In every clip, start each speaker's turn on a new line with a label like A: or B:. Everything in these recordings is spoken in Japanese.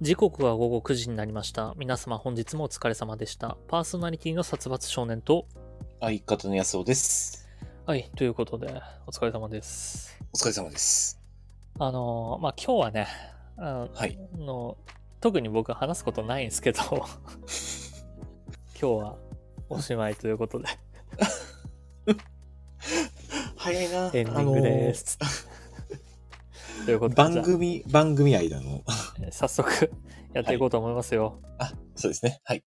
A: 時刻は午後9時になりました。皆様本日もお疲れ様でした。パーソナリティの殺伐少年と、
B: 相方の安尾です。
A: はい、ということで、お疲れ様です。
B: お疲れ様です。
A: あのー、まあ、今日はね、あ
B: はい。
A: の、特に僕は話すことないんです けど、今日はおしまいということで、
B: 早いな。
A: エンディングです。という
B: あ
A: こ
B: のー
A: とで、じ
B: 番
A: ゃ
B: 組、番組間の。
A: あ早速やっていこうと思いますよ。
B: あ、そうですね。はい。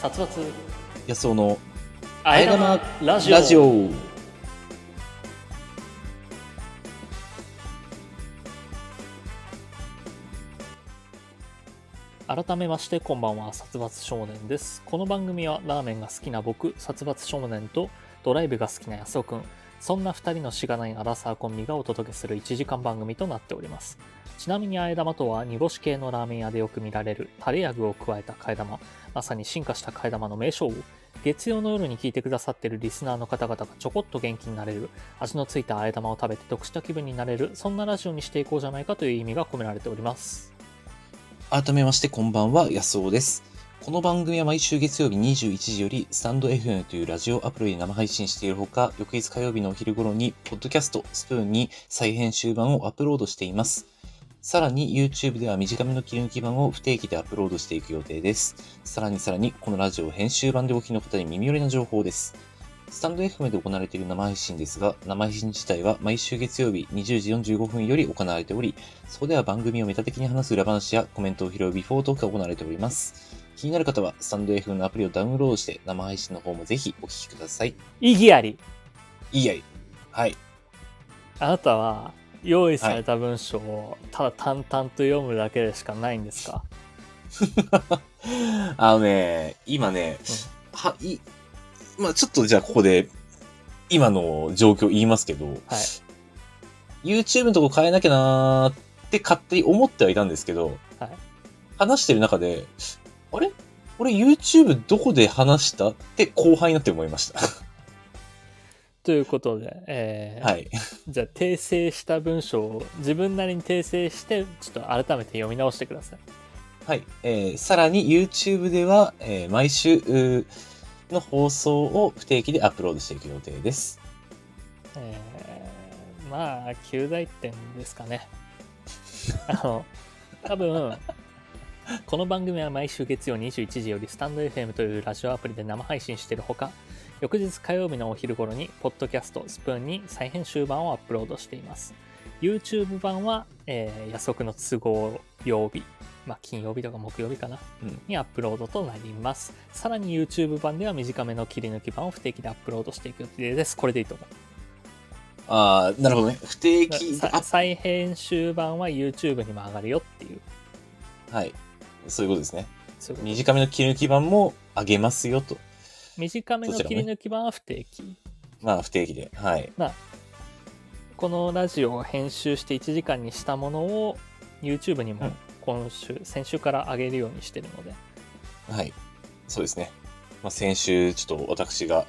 A: 殺伐、
B: 安尾の
A: あえ
B: え
A: 玉
B: 玉
A: ラジオ。
B: ラジオ。
A: 改めましてこんばんは殺伐少年ですこの番組はラーメンが好きな僕殺伐少年とドライブが好きな安尾くんそんな2人のしがないアラサーコンビがお届けする1時間番組となっておりますちなみにあえ玉とは煮干し系のラーメン屋でよく見られるタレや具を加えた替え玉まさに進化した替え玉の名称を月曜の夜に聞いてくださってるリスナーの方々がちょこっと元気になれる味のついたあえ玉を食べて得した気分になれるそんなラジオにしていこうじゃないかという意味が込められております
B: 改めまして、こんばんは、安尾です。この番組は毎週月曜日21時より、スタンド FM というラジオアプリで生配信しているほか、翌日火曜日のお昼頃に、ポッドキャスト、スプーンに再編集版をアップロードしています。さらに YouTube では短めの切り抜き版を不定期でアップロードしていく予定です。さらにさらに、このラジオ編集版でお聞きの方に耳寄りな情報です。スタンド FM で行われている生配信ですが、生配信自体は毎週月曜日20時45分より行われており、そこでは番組をメタ的に話す裏話やコメントを拾うビフォートークが行われております。気になる方は、スタンド F のアプリをダウンロードして、生配信の方もぜひお聞きください。
A: 意義あり
B: いいやい。はい。
A: あなたは用意された文章をただ淡々と読むだけでしかないんですか、
B: あのね、今ね、はい、まあちょっとじゃあここで、今の状況言いますけど、
A: はい
B: YouTube のとこ変えなきゃなーって勝手に思ってはいたんですけど、
A: はい
B: 話してる中で、あれ俺 YouTube どこで話したって後輩になって思いました。
A: ということで、えー
B: はい。
A: じゃあ訂正した文章を自分なりに訂正してちょっと改めて読み直してください
B: はい。えーさらに YouTube では、えー毎週うーの放送を不定期でアップロードしていく予定です。
A: えーまあ9大点ですか ねあの多分この番組は毎週月曜21時よりスタンド FM というラジオアプリで生配信しているほか翌日火曜日のお昼頃にポッドキャストスプーンに再編集版をアップロードしています YouTube 版は、えー、約束の都合曜日まあ金曜日とか木曜日かな
B: うん
A: にアップロードとなりますさらに YouTube 版では短めの切り抜き版を不定期でアップロードしていく予定ですこれでいいと思う
B: ああ、なるほどね。不定期で
A: さ
B: アッ
A: 再編集版は YouTube にも上がるよっていう
B: プ。はい。そういうことですね。
A: そういうこと
B: 短めの切り抜き版も上げますよと。
A: 短めの
B: そちら
A: 切
B: も
A: り
B: ね
A: 抜き版は不定期、
B: まあ、不定期で。はい。
A: このラジオを編集して1時間にしたものを YouTube に
B: う
A: も
B: ん
A: 今週、先週から上げるようにしてるので
B: はい。そうですね。まあ、先週、ちょっと私が、あー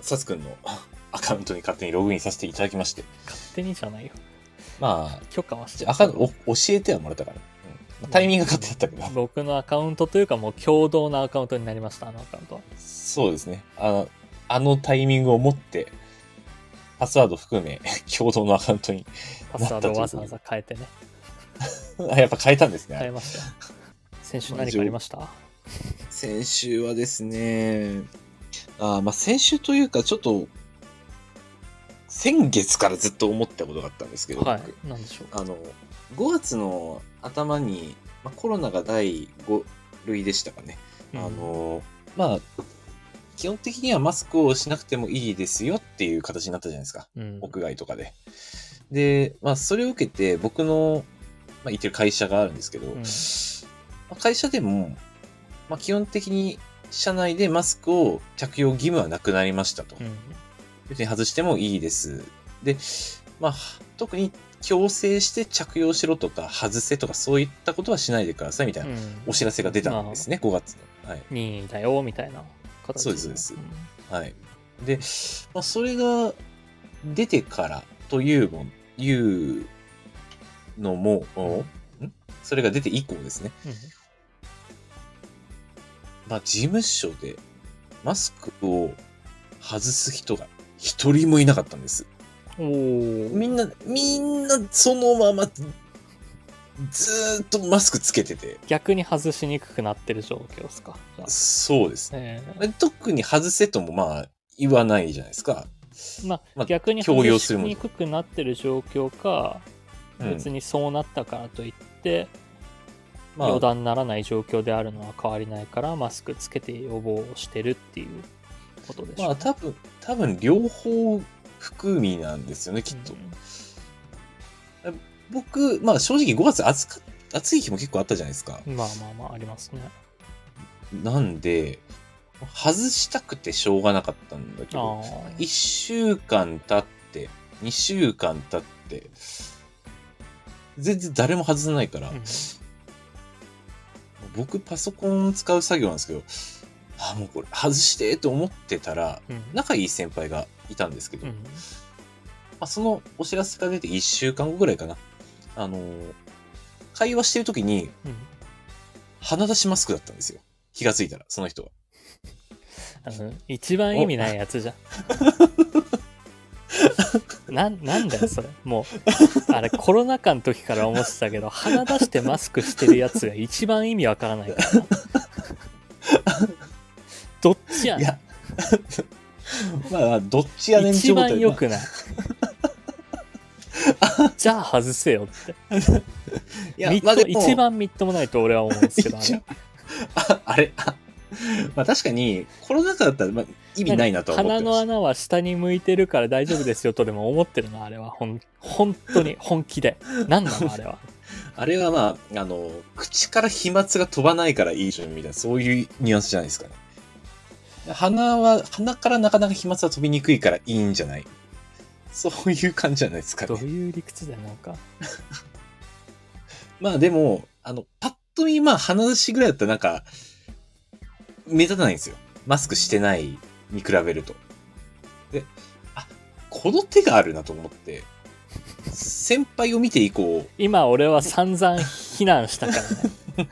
B: サツくんの アカウントに勝手にログインさせていただきまして。
A: 勝手にじゃないよ
B: まあ、
A: 許可はし
B: じ
A: て
B: ゃあアカウントお教えてはもらったから。うんまあタイミングが勝手だったけど。
A: 僕のアカウントというかもう共同のアカウントになりましたあのアカウントは
B: そうですね。あの、あのタイミングを持って、パスワード含め、 共同のアカウントに。
A: パスワードをわざわざ変えてね
B: あやっぱ変えたんですね。
A: 変えましたよ先週何かありました
B: 先週はですね、あーまあ先週というか、ちょっと、先月からずっと思ってたことがあったんですけど、僕
A: はい何でしょう
B: あの、5月の頭に、まあ、コロナが第5類でしたかね。
A: うん
B: あの、まあ、基本的にはマスクをしなくてもいいですよっていう形になったじゃないですか。
A: うん
B: 屋外とかで。で、まあ、それを受けて、僕の、まあ、行ってる会社があるんですけど、
A: ん
B: まあ会社でも、まあ、基本的に社内でマスクを着用義務はなくなりましたと。
A: うん
B: 別に外してもいいです。で、まあ、特に強制して着用しろとか、外せとか、そういったことはしないでくださいみたいな
A: うん
B: お知らせが出たんですね、5月の。はい。
A: 任意だよみたいな形
B: そうですそうです
A: ん
B: はい。で、まあ、それが出てからというもいうのも、んそれが出て以降ですね。まあ、事務所でマスクを外す人が一人もいなかったんです。
A: うん、お
B: みんな、みんなそのまま、ずーっとマスクつけてて、
A: 逆に外しにくくなってる状況ですか。じゃあ
B: そうですね。
A: ええ
B: 特に外せともまあ言わないじゃないですか。
A: まあ、
B: まあ
A: 逆に
B: 強
A: 外
B: 要す
A: し
B: るもの
A: にくくなってる状況か、
B: うん
A: 別にそうなったからといって、
B: ま
A: 余
B: あ、
A: 談ならない状況であるのは変わりないからマスクつけて予防をしてるっていうことでしょ
B: まあ多分、多分両方含みなんですよね、きっと。僕、まあ正直5月暑か暑い日も結構あったじゃないですか。
A: うんまあまあまあありますね
B: なんで、外したくてしょうがなかったんだけ
A: あ
B: ど、
A: ー
B: 1週間経って、2週間経って、全然誰も外さないから、
A: うん
B: 僕パソコン使う作業なんですけど、あーもうこれ外してと思ってたら、
A: うん
B: 仲いい先輩がいたんですけど、
A: う
B: ま
A: ん
B: あ、そのお知らせが出て1週間後ぐらいかな。あのー会話してる時に
A: うん
B: 鼻出しマスクだったんですよ。気がついたら、その人が。
A: あの一番意味ないやつじゃんなんなんだよそれもうあれコロナ禍の時から思ってたけど鼻出してマスクしてるやつが一番意味わからないからなどっちや
B: い
A: ねん
B: や、 まあまあ、どっちやねん
A: 一
B: 状態
A: 番良くないじゃあ外せよって
B: いや
A: みっ、と
B: まあでも
A: 一番みっともないと俺は思うんですけどあ
B: 一
A: れ
B: 応ああれあまあ確かに、コロナ禍だったら、まあ、意味ないなとは思っ
A: 鼻
B: て
A: の
B: ま
A: 穴は下に向いてるから大丈夫ですよとでも思ってるのあれはほん本当に本気で何なのあれは
B: した。あれはまあ、あの、口から飛沫が飛ばないからいいじゃんみたいな、そういうニュアンスじゃないですかね。鼻は、鼻からなかなか飛沫は飛びにくいからいいんじゃないそういう感じじゃないですか
A: どう
B: ね。
A: いう理屈だよなんか
B: まあでも、あの、パッと見、まあ鼻出しぐらいだったらなんか、目立たないんですよ。マスクしてないに比べると。で、あ、この手があるなと思って、先輩を見て以降、
A: 今俺は散々非難したからね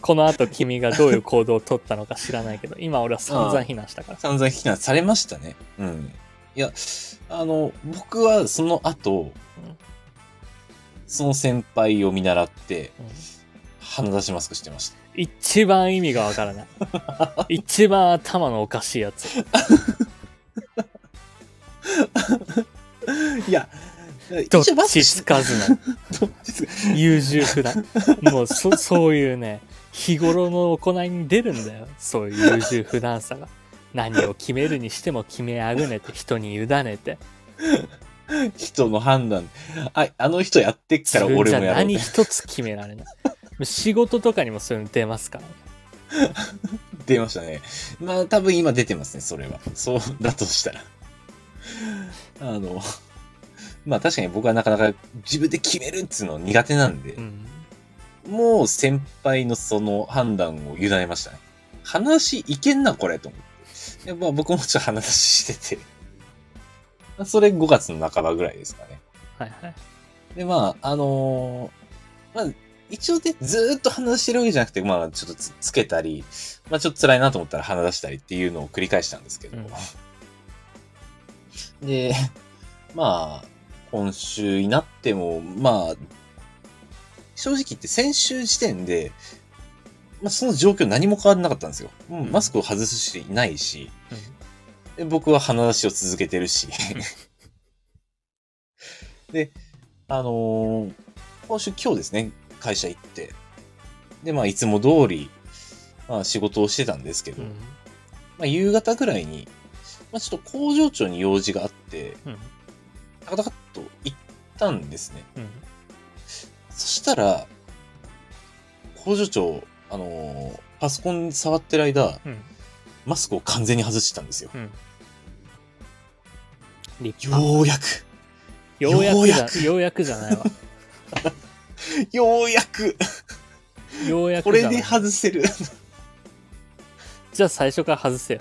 A: この後君がどういう行動を取ったのか知らないけど今俺は散々非難したから
B: 散々非難されましたね。うん。いや、あの、僕はその後
A: うん、
B: その先輩を見習って、
A: うん
B: 鼻出しマスクしてました。
A: 一番意味がわからない一番頭のおかしいやつ
B: いや、
A: どっ
B: 一応マスク
A: ち
B: し
A: つかずな優柔不断もうそそういうね日頃の行いに出るんだよそういう優柔不断さが何を決めるにしても決めあぐねて人に委ねて
B: 人の判断。あ、あの人やってっから
A: 自分
B: 俺
A: じゃ
B: もやろうみ
A: 何
B: た
A: 一
B: い
A: つ決められない仕事とかにもそういうの出ますからね
B: な出ましたね。まあ多分今出てますね、それは。そうだとしたら。あの、まあ確かに僕はなかなか自分で決めるっていうの苦手なんで
A: う、ん
B: もう先輩のその判断を委ねましたね。話いけんな、これ、と思って。やっぱ僕もちょっと話してて。それ5月の半ばぐらいですかね。
A: はいはい
B: で、まあ、あのーまあ、一応で、ずーっと鼻出してるわけじゃなくて、まあ、ちょっとつつけたり、まあ、ちょっと辛いなと思ったら鼻出したりっていうのを繰り返したんですけど。で、まあ、今週になっても、まあ、正直言って先週時点で、まあ、その状況何も変わらなかったんですよ。もうマスクを外す人いないし、
A: うん
B: で僕は鼻出しを続けてるし。で、あのー今週今日ですね、会社行って。で、まあ、いつも通り、まあ、仕事をしてたんですけど、
A: うん
B: まあ、夕方ぐらいに、まあ、ちょっと工場長に用事があって、
A: うん
B: タカタカっと行ったんですね。
A: うん
B: そしたら、工場長、あのーパソコン触ってる間、
A: うん
B: マスクを完全に外してたんですよ。
A: うん立派
B: ようやく、
A: ようや
B: よ
A: く
B: う
A: じゃ
B: や
A: ようやくじゃないわ
B: ようやく、
A: ようや
B: こ
A: くじゃ
B: れ
A: ない
B: で外せる。
A: じゃあ最初から外せよ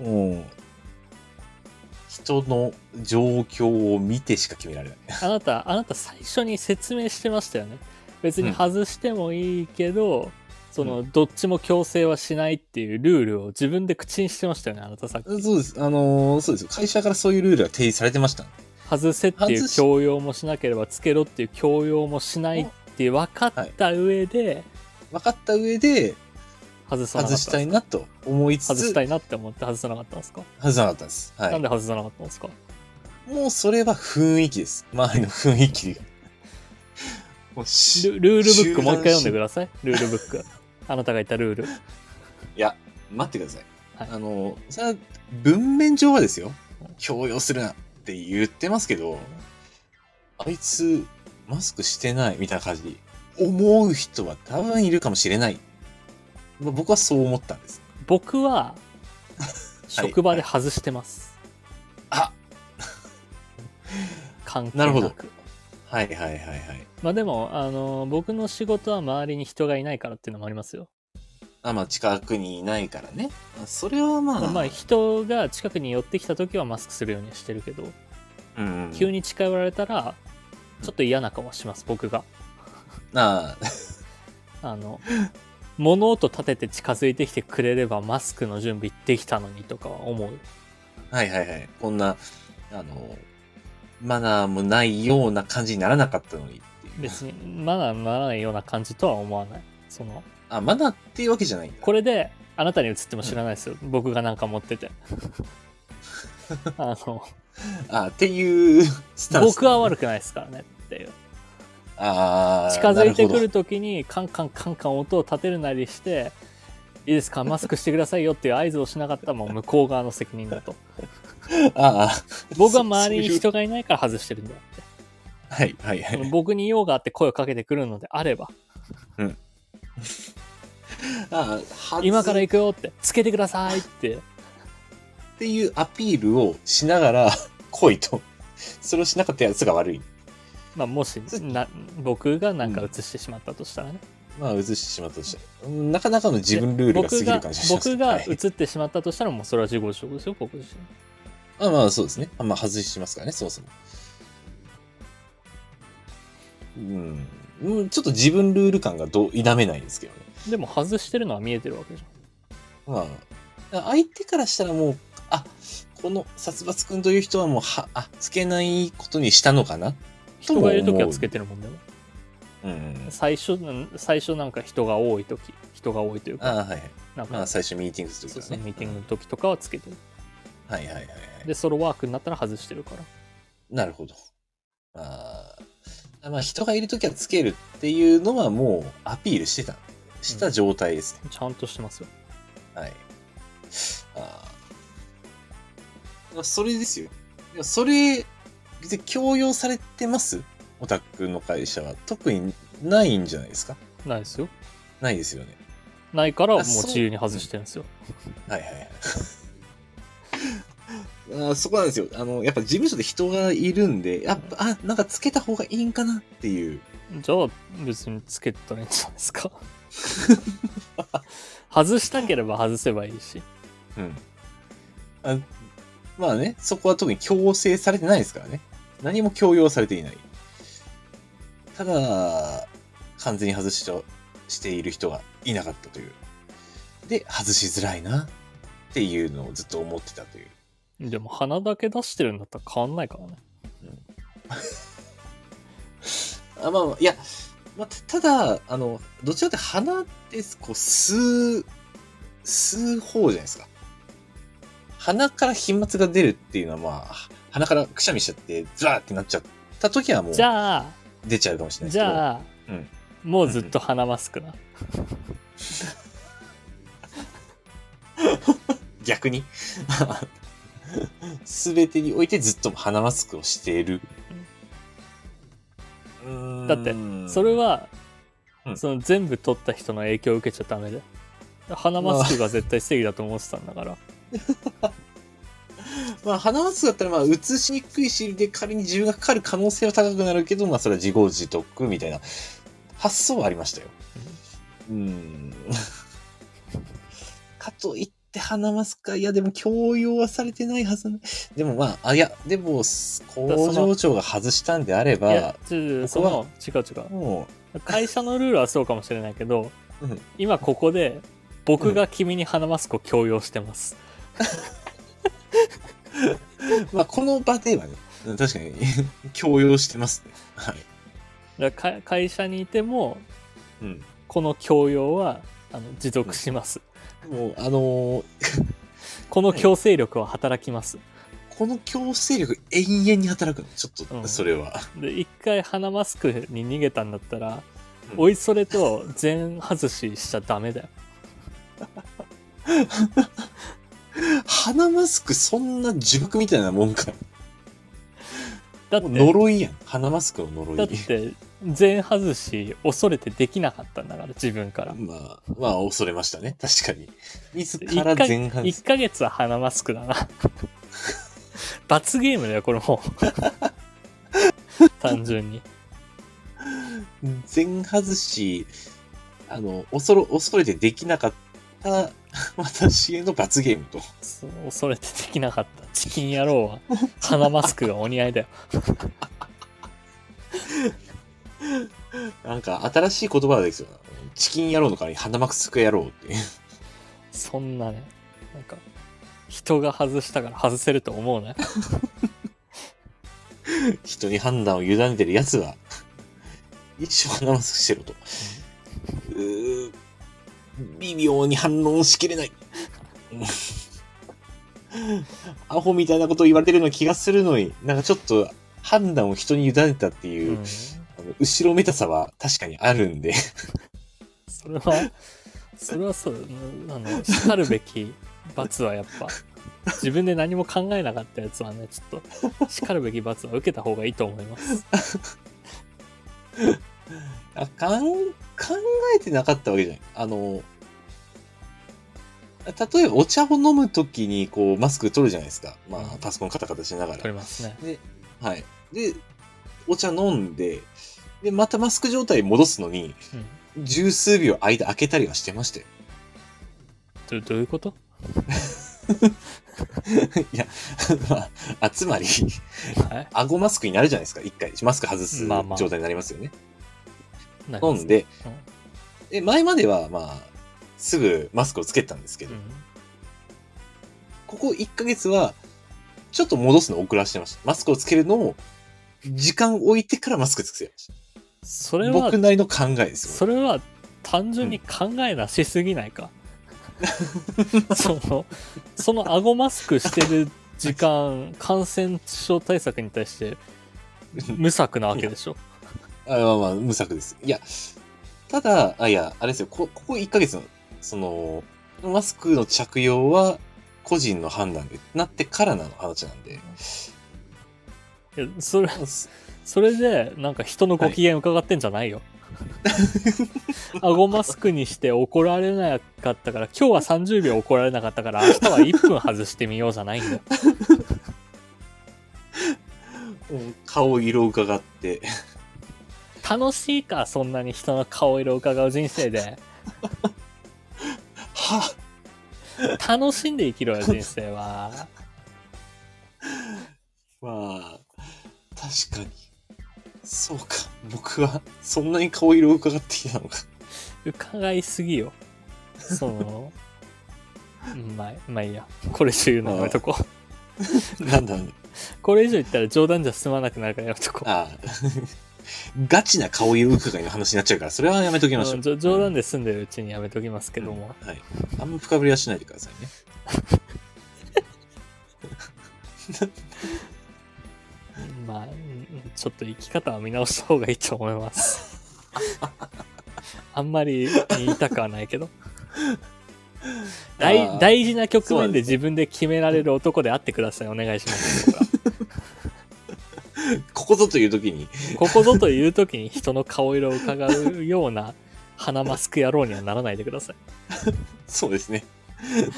B: もう、人の状況を見てしか決められない。
A: あなたあなた最初に説明してましたよね別に外してもいいけど、そのどっちも強制はしないっていうルールを自分で口にしてましたよねあなたさっき
B: そうです。あのーそうですよ。会社からそういうルールが提示されてました。
A: 外せっていう
B: 外し
A: 強要もしなければつけろっていう強要もしないって分かった上で
B: 分かった上で、
A: 外さなか
B: 外
A: っ
B: したた
A: んですか
B: いなと思いつつ、
A: 外したいなって思って外さなかったんですか、
B: 外さなかったんです。は
A: なん
B: い。
A: で外さなかったんですか
B: もうそれは雰囲気です。周りの雰囲気が。 もうし
A: ルルールブックもう一回読んでくださいルールブッ クあなたが言ったルール
B: いや、待ってください。
A: はい
B: あの、それは文面上はですよ。強要するなって言ってますけど、あいつ、マスクしてないみたいな感じで、思う人は多分いるかもしれない。まあ僕はそう思ったんです。
A: 僕は職場で外してます、
B: あ
A: 関係
B: な
A: な
B: る
A: く
B: ほどはいはいはいはい。
A: まあでもあの僕の仕事は周りに人がいないからっていうのもありますよ、
B: あまあ、近くにいないからね。まあそれはまあ、
A: まあ人が近くに寄ってきた時はマスクするようにはしてるけど
B: うん、
A: 急に近寄られたらちょっと嫌な顔はします僕が
B: ああ、
A: あの物音立てて近づいてきてくれればマスクの準備できたのにとかは思う
B: はいはいはい。こんな、あの、マナーもないような感じにならなかったのにっていう。
A: 別にマナーにならないような感じとは思わないその
B: あ、マナーっていうわけじゃないんだ。
A: これであなたに映っても知らないですよ、僕がなんか持っててあの
B: あ、っていうスタンス。
A: 僕は悪くないですからねっていう
B: あー
A: 近づいてく
B: な
A: る
B: ほ
A: 時にカンカンカンカン音を立てるなりしていいですかマスクしてくださいよっていう合図をしなかったらもう向こう側の責任だと
B: どあー
A: 僕は周りに
B: そう
A: 人がいないから外してるんだよって
B: はいはいは
A: その
B: い。
A: 僕に用があって声をかけてくるのであれば
B: あー外
A: 今から
B: っ
A: 行くよってつけてくださいって
B: ていうアピールをしながら、来いと。それをしなかったやつが悪い。
A: まあも しな僕がなんか映してしまったとしたらね、
B: まあ、映してしまったとして。うんなかなかの自分ルールが過ぎ
A: 僕が
B: る感じがします。
A: 僕が
B: はい
A: 映ってしまったとしたらもうそれは自業自得ですよ僕自身
B: まあまあそうですね。あんま外しますからね、そもそも。うん。うんちょっと自分ルール感がどう否めないですけどね。
A: でも外してるのは見えてるわけじ
B: まあ、相手からしたらもう、あ、この殺伐くんという人はもう、は、あ、つけないことにしたのかな
A: ゃん人がいる時はつけてるもんでも
B: うん。
A: 最初最初なんか人が多い時人が多いという
B: あ
A: か
B: あ、はいはい。
A: なんか、
B: まあ最初ミーティングする
A: そ
B: と
A: う
B: き
A: そ
B: は
A: う
B: ね。
A: ミーティングの時とかはつけてる
B: うんはいはいはいはい。
A: でソロワークになったら外してるから
B: なるほど。まあ、まあ人がいるときはつけるっていうのはもうアピールしてた、した状態ですね。
A: ちゃんとしてますよ
B: はい。ああ。それですよ。でもそれ、別に強要されてますオタクの会社は。特にないんじゃないですか
A: ないですよ
B: ないですよね。
A: ないからもう
B: あそう
A: 自由に外してるんですよ
B: はいはい はい。あーそこなんですよ。あの、やっぱ事務所で人がいるんで、やっぱ、あ、なんかつけた方がいいんかなっていう。
A: じゃあ別につけたらいいんじゃないですか 外したければ外せばいいし
B: うん。あまあね、そこは特に強制されてないですからね。何も強要されていない。ただ、完全に外しとしている人がいなかったという。で、外しづらいなっていうのをずっと思ってたという。
A: でも鼻だけ出してるんだったら変わんないからね
B: あまあまあ、いや、まあ、たただ、あの、どちらかというと鼻ってこう吸う、吸う方じゃないですか。鼻から飛沫が出るっていうのはまあ、鼻からくしゃみしちゃって、ズワーってなっちゃった時はもう
A: じゃあ
B: 出ちゃうかもしれないです
A: じ
B: けど。
A: ゃあ、
B: うん
A: もうずっと鼻マスクな
B: 逆に。 すべてにおいてずっと鼻マスクをしている。
A: だってそれ、は、
B: うん
A: その全部取った人の影響を受けちゃダメで鼻マスクが絶対正義だと思ってたんだから
B: まあ、鼻マスクだったら、まあ、移しにくいし、で、仮に自分がかかる可能性は高くなるけど、まあ、それは自業自得みたいな発想はありましたよ。うん。かといって、て花ますかいや、でも強要はされてないはずな。でもまあ、あ、いや、でも、工場長が外したんであれ
A: いや
B: ば、
A: ちょそ
B: ここは
A: の違う違う
B: も
A: 会社のルールはそうかもしれないけど、
B: うん
A: 今ここで僕が君に花マスクを強要してます、
B: う、まあ、この場ではね、うん確かに、 強要してますね。はい。
A: だからか会社にいても
B: うん。
A: この強要はあの持続します、
B: もう、あのー
A: この強制力は働きます
B: この強制力、永遠に働くの。ちょ
A: う
B: っと、
A: ん
B: それは。
A: で一回鼻マスクに逃げたんだったら、
B: うん
A: おいそれと全外ししちゃダメだよ
B: 鼻マスク、そんな呪縛みたいなもんか。
A: だっ
B: もう
A: て
B: 呪いやん。鼻マスクの呪い。
A: だって全外し恐れてできなかったんだから自分から
B: まあ、まあ、恐れましたね。確かに。自
A: 一
B: ら
A: か
B: 前半
A: 一ヶ月は鼻マスクだ な罰ゲームだよこれも う単純に
B: 全外し、あの、恐ろ、恐れてできなかった 私への罰ゲームと。
A: そう恐れてできなかったチキン野郎は鼻マスクがお似合いだよ
B: なんか、新しい言葉ですよ。チキン野郎の代わりに鼻マスク野郎って。
A: そんなねなんか人が外したから外せると思うね
B: 人に判断を委ねてる奴は、 一生鼻マスクしてろと。うー微妙に反論しきれない。アホみたいなことを言われてるような気がするのに、なんかちょっと判断を人に委ねたっていうう、
A: ん
B: あの後ろめたさは確かにあるんで。
A: それはそれはそうあのしかるべき罰はやっぱ自分で何も考えなかったやつはねちょっとしかるべき罰は受けた方がいいと思います
B: あかん考えてなかったわけじゃない。あの、例えばお茶を飲むときにこうマスク取るじゃないですか。ま
A: う
B: あ
A: ん
B: パソコンカタカタしながら
A: 取。りますね
B: はい。で、お茶飲んで、で、またマスク状態に戻すのに、
A: うん
B: 十数秒間開けたりはしてましたよ。
A: どどういうこと
B: いや、まあ、つまり、
A: はい
B: 顎マスクになるじゃないですか、一回。マスク外す
A: まあまあ
B: 状態になりますよね。
A: なります
B: 飲んで、
A: うん
B: で、前までは、まあ、すぐマスクをつけてたんですけ
A: う
B: ど、
A: ん
B: ここ1ヶ月は、ちょっと戻すのを遅らしてました。マスクをつけるのを、時間置いてからマスクつけてました。
A: それは
B: 僕なりの考えですよ。
A: それは単純に考えなしすぎない か、そのその顎マスクしてる時間感染症対策に対して無策なわけでしょ
B: あまあまあ、無策です。いや、ただ、あ、いや、あれですよ、こここ1ヶ月の、その、マスクの着用は、個人の判断で、なってからなの話なんで。
A: いやそれそれでなんか人のご機嫌伺ってんじゃない よ、顎マスクにして怒られなかったから今日は30秒怒られなかったから明日は1分外してみようじゃないんだよ
B: 顔色を伺って、
A: 楽しいかそんなに人の顔色を伺う人生 で
B: は
A: 楽しんで生きろよ人生は
B: まあ、確かに。そうか。僕は、そんなに顔色を伺っていたのか。
A: 伺いすぎよそのうんまあまあいいやこれ以上言うのやめとこう
B: なんだろうね。
A: これ以上言ったら冗談じゃ済まなくなるからやめとこう
B: あ あ。ガチな顔色伺いの話になっちゃうから、それはやめときましょ
A: うん
B: う。
A: じょ冗談で済んでるうちにやめときますけども、
B: はい。あんま深掘りはしないでくださいね。
A: まあうんちょっと生き方は見直した方がいいと思います あんまり言いたくはないけど
B: あ
A: 大
B: ー
A: 大事な局
B: そうな
A: 面
B: ん
A: で
B: です
A: 自分で決められる男であってくださいお願いします僕は
B: ここぞという時に、
A: ここぞという時に人の顔色を伺うような鼻マスク野郎にはならないでください。
B: そうですね。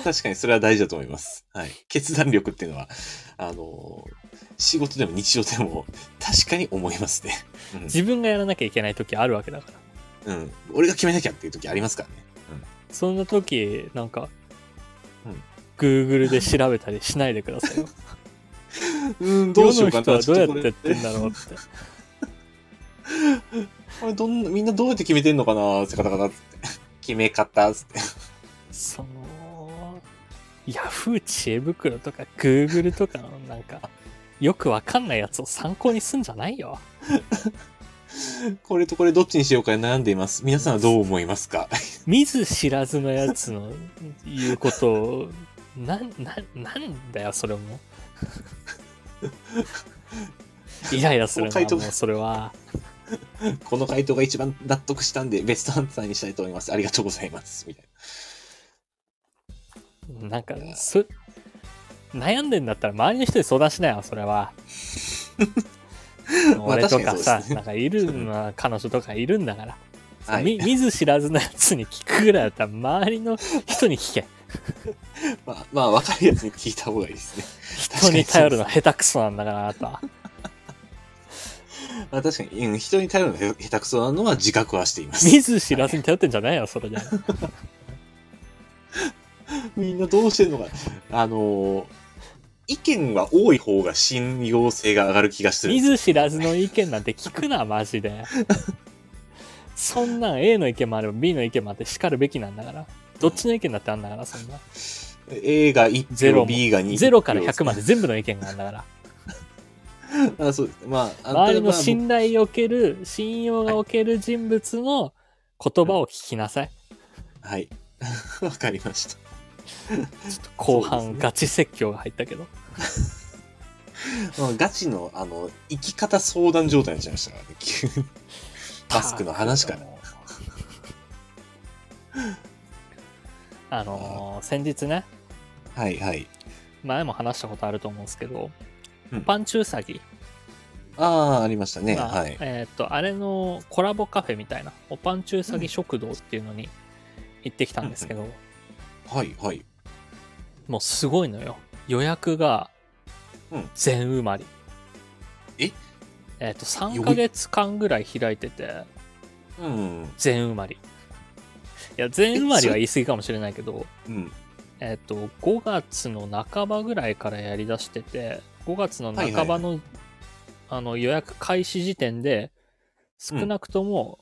B: 確かにそれは大事だと思います。はい。決断力っていうのは、あの仕事でも日常でも確かに思いますね。
A: 自分がやらなきゃいけない時あるわけだから。
B: うん。うん。俺が決めなきゃっていう時ありますからね。
A: そんな時、なんか、
B: うん
A: Google で調べたりしないでくださいよ。
B: うん、どうしようかな。
A: 世の人はどうやって
B: ちょとこれ
A: やってんだろうって。
B: これどんなみんなどうやって決めてんのかなってカタカタっつって。決め方っつって。
A: その、ヤフー知恵袋とか Google とかのなんか、よくわかんないやつを参考にすんじゃないよ。
B: これとこれどっちにしようか悩んでいます。皆さんはどう思いますか
A: 見ず知らずのやつの言うことを、なん、なん、なんだよ、それ も。イライラする
B: この回
A: な、
B: 答
A: もうそれは。
B: この回答が一番納得したんで、ベストアンサーにしたいと思います。ありがとうございます。みたい
A: なんか、そ、悩んでんだったら周りの人に相談しなよ、それは。
B: まあ
A: 俺と
B: 確か
A: か
B: にそう
A: さ、
B: ですね
A: なんかいるのは彼女とかいるんだから。
B: な。はい。
A: み見ず知らずのやつに聞くぐらいだったら周りの人に 聞け
B: まあ、まあ、わかるやつに聞いた方がいいですね。
A: 人に頼るの下手くそなんだからあなたは
B: ま あ、確かに、うん、人に頼るの下手くそなのは自覚はしています。
A: 見ず知らずに頼ってんじゃないよそれで
B: みんなどうしてるのか。あのー意見が多い方が信用性が上がる気がするん
A: 見
B: です。
A: ず知らずの意見なんて聞くなマジでそんなん A の意見もあれば B の意見もあって叱るべきなんだからどっちの意見だってあんだからそんな
B: A が
A: ゼ
B: 1
A: ロも
B: 票、B が2票。
A: 0から100まで全部の意見があるんだから
B: あそうです。まあ、
A: 周りの
B: 信
A: 信頼を受ける信用が受ける人物の言葉を聞きなさい
B: はい。わかりました。
A: ちょっと後
B: そうです
A: 半
B: ね
A: ガチ説教が入ったけど
B: まあガチの、あの、生き方相談状態になっちゃいましたからね、急に。タスクの話から。
A: あのー先日ね
B: はいはい。
A: 前も話したことあると思うんですけど、
B: うん
A: パンチウサギ
B: ああー、ありましたね。
A: が、
B: はい。
A: えーっとあれのコラボカフェみたいなおパンチウサギ食堂っていうのに行ってきたんですけど、
B: はいはい。
A: もうすごいのよ予約が
B: うん
A: 全埋まり、
B: え
A: えーっと3ヶ月間ぐらい開いてて
B: うん。
A: 全埋まりいや全埋まりは言い過ぎかもしれないけど
B: うん。
A: えっと5月の半ばぐらいからやりだしてて5月の
B: はいは
A: 半
B: いは
A: ば
B: い
A: の,、あの予約開始時点で少なくとも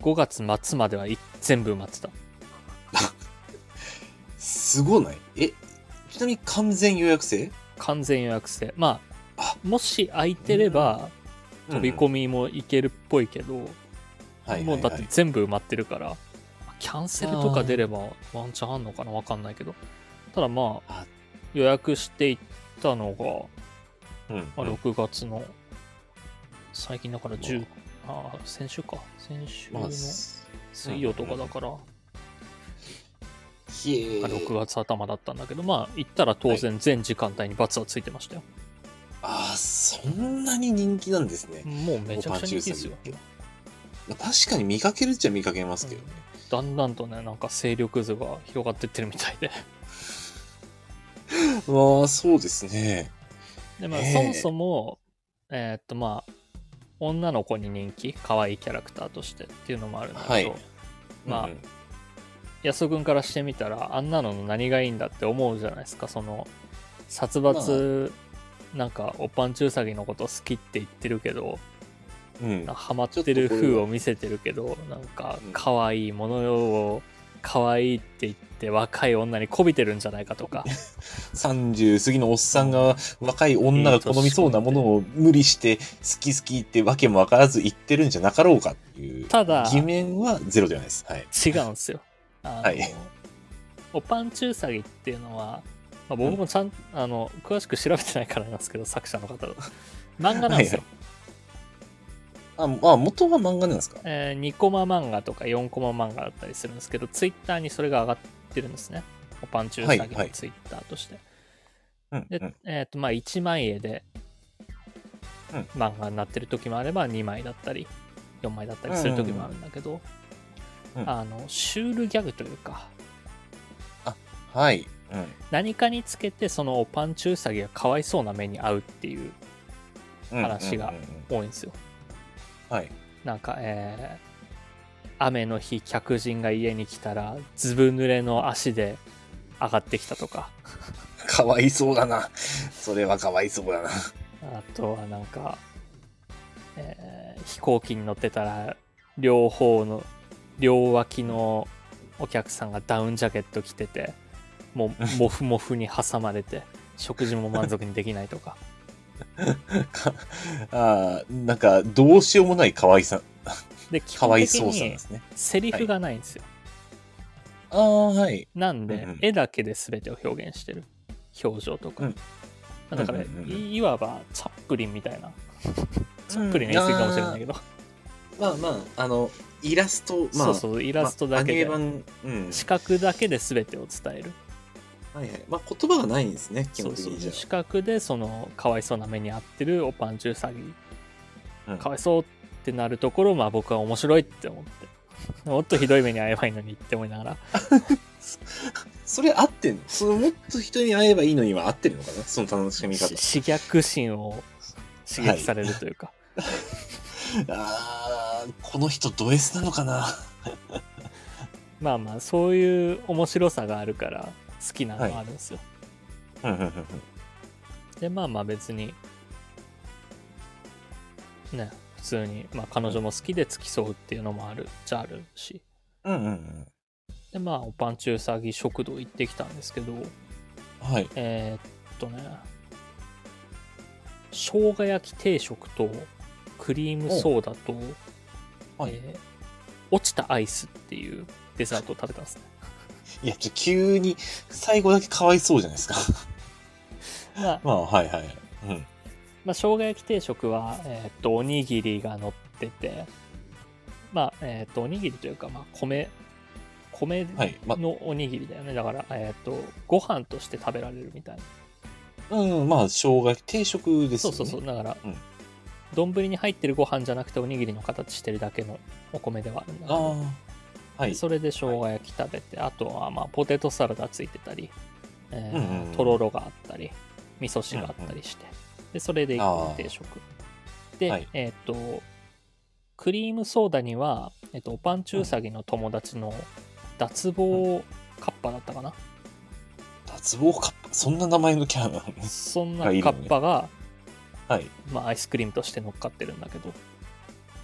A: 5月末まではい全部埋まってた
B: すごないえ、ちなみに完全予約制
A: 完全予約制まあ
B: あ
A: もし空いてれば飛び込みもいけるっぽいけど、
B: はいはい
A: も
B: は
A: う
B: い
A: だって全部埋まってるからキャンセルとか出ればワンチャンあんのかなわかんないけどただまあ
B: あ
A: 予約していったのが
B: うん
A: まあ、
B: うん
A: 6月の、最近だから10、ああ、先週か。先週
B: ま
A: の
B: あ、
A: 水曜とかだから、
B: ひえ
A: まあ6月頭だったんだけど、まあ、行ったら当然全時間帯に罰はついてましたよ。
B: ああ、そんなに人気なんですね。
A: もうめちゃくちゃ人気ですよ
B: お。パンチウサギってまあ確かに見かけるっちゃ見かけますけどね。
A: だんだんとね、なんか勢力図が広がってってるみたいで。
B: まあ、そうですね。
A: で、まあ、
B: ええ
A: そもそも、えーっと、まあ、女の子に人気、可愛いキャラクターとしてっていうのもあるんだけど、
B: はい
A: まあ
B: うん
A: 安田君からしてみたらあんなのの何がいいんだって思うじゃないですかその殺伐、なんかおっぱんちゅうさぎのこと好きって言ってるけど
B: うん
A: なんか。ハマってる風を見せてるけどなんか
B: うん
A: 可愛いものを可愛いって言って若い女に媚びてるんじゃないかと か
B: 30過ぎのおっさんが若い女が好みそうなものを無理して好き好きってわけもわからず言ってるんじゃなかろうかっていう
A: ただ
B: 疑面はゼロではないです。はい。
A: 違うんですよ。あの
B: はい
A: おっぱんちゅうさぎっていうのは、まあ、僕もちゃん、あの詳しく調べてないからなんですけど作者の 方の漫画なんですよ。
B: あ、まあ元は漫画なんですか
A: えー2コマ漫画とか4コマ漫画だったりするんですけどツイッターにそれが上がってるんですねおパンチューサギ
B: はい
A: の
B: はい
A: ツイッターとして、
B: うん
A: で、えっ、とまあ1枚絵で
B: うん
A: 漫画になってる時もあれば2枚だったり4枚だったりする時もあるんだけど、
B: うん
A: あのシュールギャグというか
B: はい。うん。
A: 何かにつけてそのおパンチューサギがかわいそうな目に遭うっていう
B: うん
A: 話が
B: うんうんうん
A: 多いんですよ
B: はい。
A: なんかえー雨の日客人が家に来たらずぶ濡れの足で上がってきたとか
B: かわいそうだな。それはかわいそうだな。
A: あとはなんか、えー飛行機に乗ってたら両方の両脇のお客さんがダウンジャケット着てて もうモフモフに挟まれて食事も満足にできないとか
B: かあーなんか、どうしようもないかわいさ、
A: で基
B: か
A: 本
B: わい
A: 的
B: そうさで
A: に
B: すね。
A: セリフがないんですよ、
B: ああ、はい。
A: なんで、
B: うんうん
A: 絵だけで全てを表現してる表情とか、
B: うん
A: まあだから、
B: うんうんうん
A: いいわばチャップリンみたいなチャップリンは言い過ぎかもしれないけど、
B: まあまあ、あの、イラスト、まあ、
A: そうそうイラストだけで、
B: まあアニメ版、うん。
A: 視覚だけで全てを伝える
B: はいはい。まあ、言葉がないんですね、基
A: そ
B: 本
A: う
B: 的
A: そう
B: にじゃ
A: 視覚でそのかわいそうな目に遭ってるおぱんちゅうさぎ、
B: うん
A: かわいそうってなるところをまあ僕は面白いって 思ってもっとひどい目に遭えばいいのにって思いながら
B: あ。それ合ってんのそのもっと人に会えばいいのには合ってるのかなその楽しみ方。
A: し刺激心を刺激されるというか、
B: ああ、この人ド S なのかな
A: まあまあそういう面白さがあるから好きなのはあるんですよ、
B: うんうんうんうん。
A: でまあまあ別にね普通に、まあ、彼女も好きで付き添うっていうのもあるじゃあるし
B: うんうんうん。
A: でまあおぱんちゅうさぎ食堂行ってきたんですけど
B: はい。
A: えーっとね生姜焼き定食とクリームソーダと、
B: はい
A: えー落ちたアイスっていうデザートを食べたんですね
B: いや、ちょ、急に、最後だけかわいそうじゃないですか。
A: まあ、
B: まあ、はいはい。うん。
A: まあ、生姜焼き定食は、えーっとおにぎりが乗っててまあえーっとおにぎりというか、まあ、米米
B: はい。ま
A: のおにぎりだよね、だから、えーっとご飯として食べられるみたいな
B: あ、うん、まあ、生姜定食です
A: そ
B: よ
A: うそ
B: ね。
A: うそう、だから
B: うん、
A: 丼、に入ってるご飯じゃなくて、おにぎりの形してるだけのお米ではあるんだけど、
B: ああ。はい。
A: それで生姜焼き食べて、あとはまあポテトサラダついてたり、えー
B: うんうんうん
A: とろろがあったり、味噌汁があったりして、でそれで
B: あー
A: 定食。で、
B: はい
A: えーっと、クリームソーダには、えっと、おぱんちゅうさぎの友達の脱帽カッパだったかな、
B: 脱帽カッパ。そんな名前のキャラなの
A: そんなカ
B: あいるのね
A: ッパが、
B: はい。
A: まあ、アイスクリームとして乗っかってるんだけど、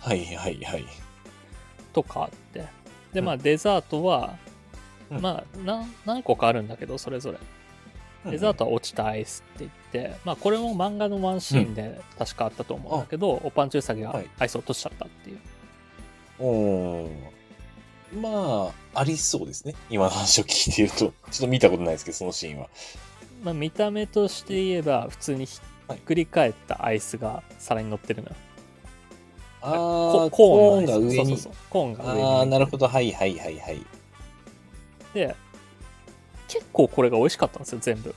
B: はいはいはい。
A: とかあってで
B: うん
A: まあデザートは、
B: うん
A: まあなん何個かあるんだけどそれぞれデザートは落ちたアイスって言って、まあこれも漫画のワンシーンで確かあったと思うんだけど、おぱんちゅうさぎが
B: はい
A: アイス落としちゃったっていう、
B: うんうん。おーまあ、ありそうですね。今の話を聞いていると。 ちょっと見たことないですけど、そのシーンは。
A: まあ見た目として言えば普通にひっくり返ったアイスが皿に乗ってるのよ、
B: あ
A: こコ
B: ー、
A: ー
B: コー
A: ン
B: ン
A: が
B: が
A: 上に
B: 上
A: そう
B: に
A: そう。そうコーンが上に
B: ああ、なるほど。はいはいはいはい。
A: で結構これが美味しかったんですよ全部、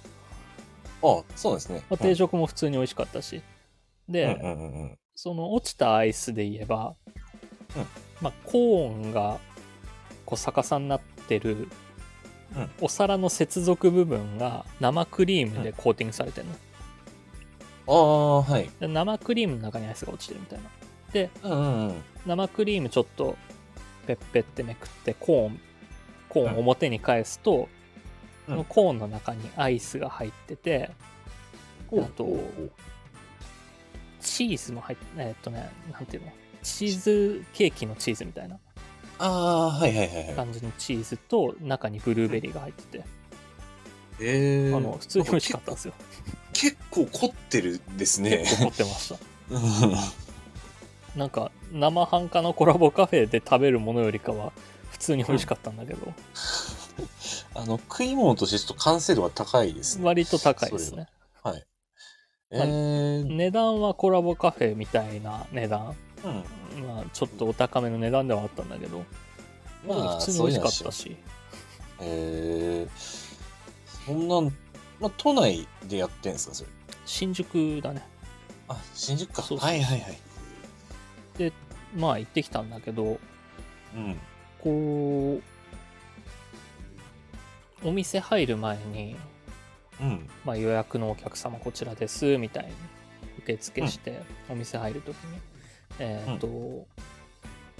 B: ああ、そうなんですね。
A: まあ、定食も普通に美味しかったしで、
B: うんうんうんうん。
A: その落ちたアイスで言えば、
B: うん
A: まあ、コーンがこう逆さになってる
B: うん
A: お皿の接続部分が生クリームでコーティングされてるの、
B: ああ、はい。
A: で生クリームの中にアイスが落ちてるみたいなで
B: うんうんうん。
A: 生クリームちょっとペッペってめくってコーンコーン
B: うん
A: 表に返すと、
B: うん
A: そのコーンの中にアイスが入ってて、あとチーズも入ってえーっとねなんていうのチーズケーキのチーズみたいな
B: ああー、はいはいはいはい。
A: 感じのチーズと中にブルーベリーが入ってて、
B: えー
A: あの普通に美味しかったんですよ
B: 結構凝ってるです ね。
A: 結構凝ってました
B: うん
A: なんか生半可のコラボカフェで食べるものよりかは普通に美味しかったんだけど、
B: あの、食い物としてちょっと完成度が高いですね。
A: 割と高いですね
B: えー、
A: 値段はコラボカフェみたいな値段
B: うん。
A: まあちょっとお高めの値段ではあったんだけど、ま
B: ま
A: あ、
B: あ、
A: 普通に
B: そ
A: 美
B: うい
A: 味しか
B: うのは
A: っ
B: 知ら
A: た
B: ん
A: し
B: えー、そんなん、まあ、都内でやってんですか、それ。
A: 新宿だね
B: あ、新宿か。
A: そうそう
B: はいはいはい。
A: まあ行ってきたんだけど
B: うん。
A: こうお店入る前に
B: うん。
A: まあ、予約のお客様こちらですみたいに受付してお店入るときに、えっ、と、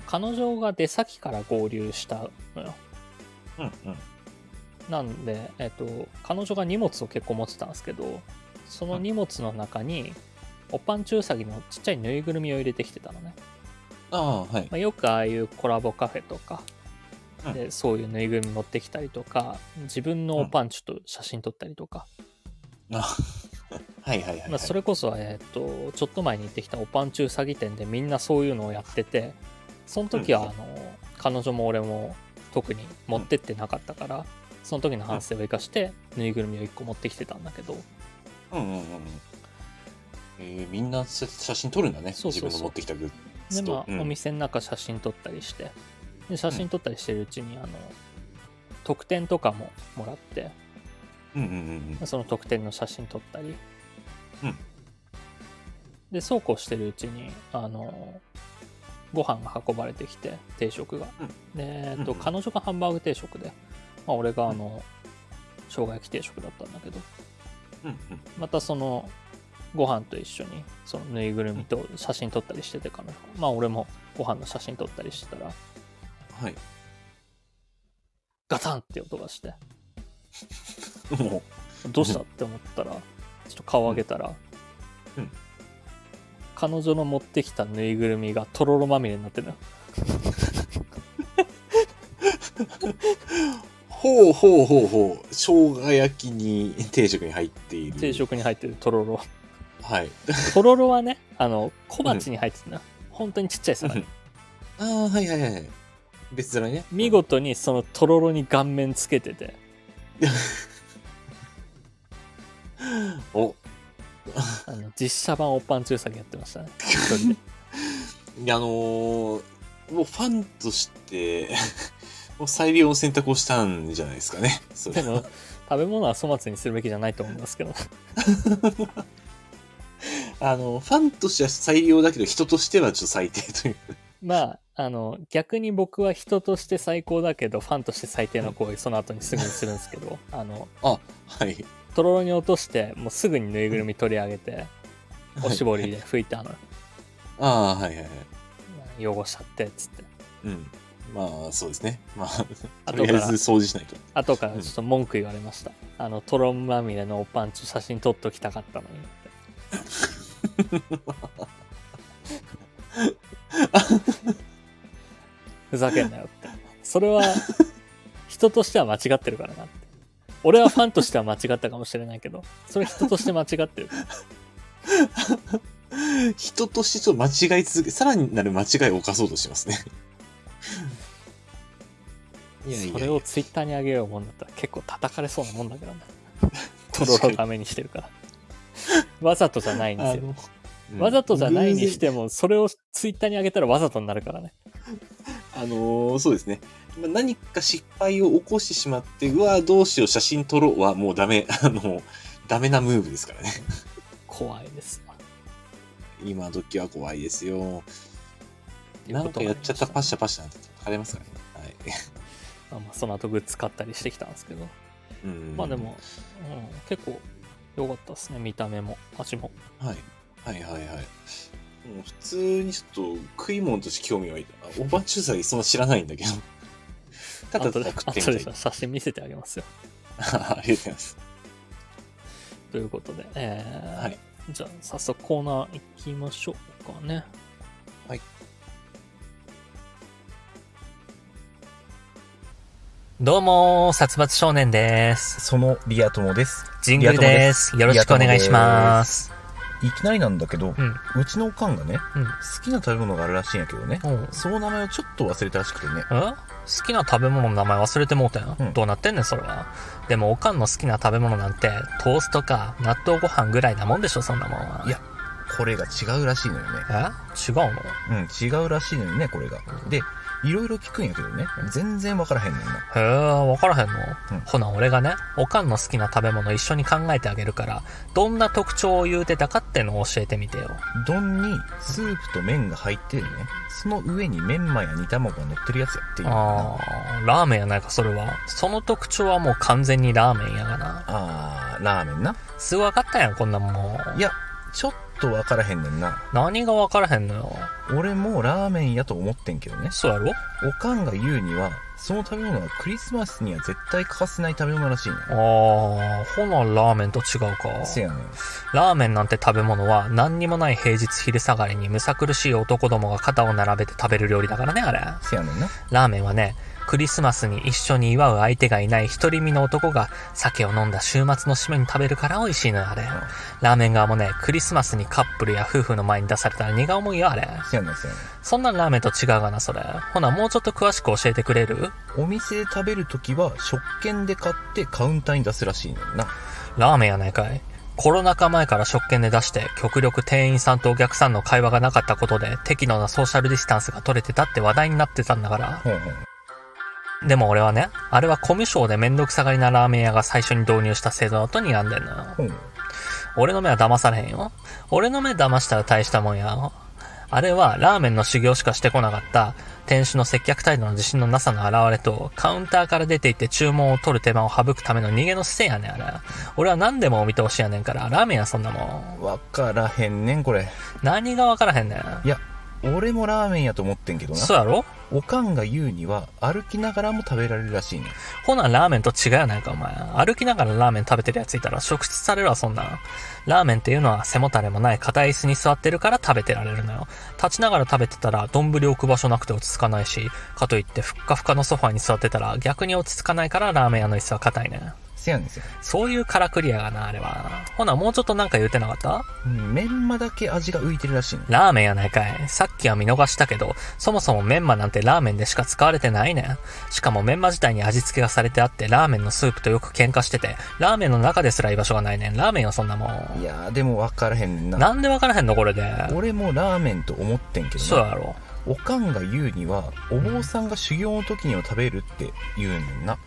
A: 彼女が出先から合流したのよ
B: うん。うん。
A: なんで、えっと、彼女が荷物を結構持ってたんですけどその荷物の中におぱんちゅうさぎのちっちゃいぬいぐるみを入れてきてたのね、
B: ああ、はい。
A: まあ、よくああいうコラボカフェとか
B: うん
A: でそういうぬいぐるみ持ってきたりとか自分のおぱんちゅと写真撮ったりとか、
B: あはいはいはいはい。
A: まあ、それこそ、えっとちょっと前に行ってきたおぱんちゅう詐欺店でみんなそういうのをやっててその時
B: うん
A: はあの彼女も俺も特に持ってってなかったからその時の反省を生かしてぬいぐるみを1個持ってきてたんだけど
B: うんうんうんうん。えー、みんなそうやって写真撮るんだね。
A: そうそうそう
B: 自分の持ってきたグッ
A: で
B: ズと。
A: まあ
B: うん
A: お店の中写真撮ったりしてで写真撮ったりしてるうちにあの特典とかももらって
B: うんうんうん
A: その特典の写真撮ったり、
B: うん
A: でそうこうしてるうちにあのご飯が運ばれてきて定食が、
B: うん
A: で、えっと
B: うんうん
A: 彼女がハンバーグ定食で、まあ、俺があの、生姜焼き定食だったんだけど
B: うん。うんうん
A: またそのご飯と一緒にそのぬいぐるみと写真撮ったりしてて彼女がまあ俺もご飯の写真撮ったりしてたら
B: はい。
A: ガタンって音がして
B: も
A: どうしたって思ったらちょっと顔上げたら、
B: うん
A: 彼女の持ってきたぬいぐるみがとろろまみれになってるの
B: う、ほうほうほうほう。生姜焼きに定食に入っている。
A: 定。食に入ってるとろろ
B: はい。
A: とろろはねあの小鉢に入ってるの、本当にちっちゃい皿に
B: ああ、はいはいはい。別皿にね。
A: 見事にそのとろろに顔面つけてて
B: うん。お、
A: あの実写版おっぱん中詐欺やってましたね一 人で
B: いやあのーもうファンとして、 もう最良の選択をしたんじゃないですかね。それ
A: でも食べ物は粗末にするべきじゃないと思いますけど
B: あの、ファンとしては最良だけど、人としてはちょっと最低という。
A: まああの逆に僕は人として最高だけどファンとして最低の行為その後にすぐにするんですけどあの
B: あ、はい。
A: とろろに落としてもうすぐにぬいぐるみ取り上げておしぼり
B: で。
A: で拭いてあの
B: ああ、はいはいはい。
A: 汚しちゃってっつって
B: うん。まあ、そうですね。まあ、と
A: 後
B: り
A: か
B: あえ
A: ら
B: ず掃除しないと。
A: 後からちょっと文句言われました、あのとろんまみれのおパンチ写真撮っときたかったのにって ふざけんなよってそれは人としては間違ってるからなって俺はファンとしては間違ったかもしれないけどそれ人として間違ってる
B: 人としてちょっと間違い続け、さらになる間違いを犯そうとしてますね。いやいやいや
A: それをツイッターに上げようもんだったら結構叩かれそうなもんだ けどねとろろのためにしてるからわざとじゃないんです
B: あ
A: よ
B: の、うん
A: わざとじゃないにしてもそれをツイッターに上げたらわざとになるからね
B: あのーそうですね。まあ何か失敗を起こしてしまって、うわーどうしよう、写真撮ろうはもうダメ、 あの、ダメなムーブですからね。
A: 怖いですよ
B: 今時は怖いですよ。
A: ていう
B: な
A: こ
B: ん
A: と
B: か
A: もありましたね
B: やっちゃったパシャパシャなんて枯れますからね。はい。
A: まあまあその後グッズ買ったりしてきたんですけど
B: うん
A: まあでも、うん、結構良かったですね見た目も味も
B: はい。はいはいはい。もう普通にちょっと食い物として興味はいい。あおばちゅうさぎそんな知らないんだけど。ただ
A: 後
B: ただ
A: で
B: 食って
A: 後
B: み
A: で
B: たい。
A: 写真見せてあげますよ
B: ありがとうございます。
A: ということで、えー
B: はい
A: じゃあ早速コーナー行きましょうかね
B: はい
A: どうも殺伐少年です
C: そのリア友です。
A: ジン。
C: グルですよろしくお願いしますいきなりなんだけど、
A: うん。
C: うちのおかんがね、
A: うん
C: 好きな食べ物があるらしいんやけどね、その名前をちょっと忘れたらしくてね。
A: え好きな食べ物の名前忘れてもうたよ、
C: うん
A: どうなってんねん、それは。でも、おかんの好きな食べ物なんて、トーストか納豆ご飯ぐらいなもんでしょ、そんなもんは。
C: いやこれが違うらしいのよね。
A: え違うの
C: うん、違うらしいのよね、これが。で、いろいろ聞くんやけどね、全然わからへんのよな。
A: へえ、わからへんの、
C: うん
A: ほな、俺がね、おかんの好きな食べ物一緒に考えてあげるから、どんな特徴を言うてたかってのを教えてみてよ。
C: 丼にスープと麺が入ってるね。その上にメンマや煮卵が乗ってるやつやっていうのかな
A: あー、ラーメンやないか、それは。その特徴はもう完全にラーメンやがな。
C: あー、ラーメンな。
A: すぐわかったやん、こんなもんもう
C: い。や、ちょっとわからへんねんな。
A: 何がわからへんのよ。
C: 俺もラーメンやと思ってんけどね。
A: そうやろ
C: おかんが言うにはその食べ物はクリスマスには絶対欠かせない食べ物らしいね
A: あー、ほなラーメンと違うか。
C: せやねん
A: ラーメンなんて食べ物は何にもない平日昼下がりにむさ苦しい男どもが肩を並べて食べる料理だからね、あれ。
C: せやねんな
A: ラーメンはね、クリスマスに一緒に祝う相手がいない独り身の男が酒を飲んだ週末の締めに食べるから美味しいのよ、あれ。ラーメン側もね、クリスマスにカップルや夫婦の前に出されたら荷が重いよ、あれ。
C: せやねんせやね
A: そんなラーメンと違うがな、それ。ほな、もうちょっと詳しく教えてくれる
C: んお店で食べるときは食券で買ってカウンターに出すらしいねんな
A: ラーメンやないかい。コロナ禍前から食券で出して、極力店員さんとお客さんの会話がなかったことで、適度なソーシャルディスタンスが取れてたって話題になってたんだから。
C: ほうほう
A: でも俺はね、あれはコミュ障でめんどくさがりなラーメン屋が最初に導入した制度だと睨んでんのよ。
C: ほう
A: 俺の目は騙されへんよ。俺の目騙したら大したもんや。あれはラーメンの修行しかしてこなかった店主の接客態度の自信のなさの表れとカウンターから出て行って注文を取る手間を省くための逃げの姿勢やねんあれ。俺は何でもお見通しやねんからラーメンやそんなもん。
C: わからへんねんこれ
A: 何がわからへんねん。
C: いや俺もラーメンやと思ってんけどな
A: そうやろ
C: おかんが言うには歩きながらも食べられるらしいねん
A: ほな、ラーメンと違うやないか、お前。歩きながらラーメン食べてるやついたら、食質されるわ、そんなん。ラーメンっていうのは背もたれもない硬い椅子に座ってるから食べてられるのよ。立ちながら食べてたら、丼置く場所なくて落ち着かないし、かといってふっかふかのソファに座ってたら、逆に落ち着かないからラーメン屋の椅子は硬いね。
C: せやねんせやね
A: そういうからくりやがな、あれは。ほな、もうちょっとなんか言うてなかった
C: んうんメンマだけ味が浮いてるらしいねん
A: ラーメンやないかい。さっきは見逃したけど、そもそもメンマなんてラーメンでしか使われてないねん。しかもメンマ自体に味付けがされてあって、ラーメンのスープとよく喧嘩してて、ラーメンの中ですら居場所がないねん。ラーメンよ、そんなも
C: い
A: ん。
C: やーでもわからへんねんな
A: なんでわからへんの、これで。
C: 俺もラーメンと思ってんけど
A: そう
C: な
A: やろ。
C: おかんが言うにはお坊さんが修行の時には食べるって言うねんな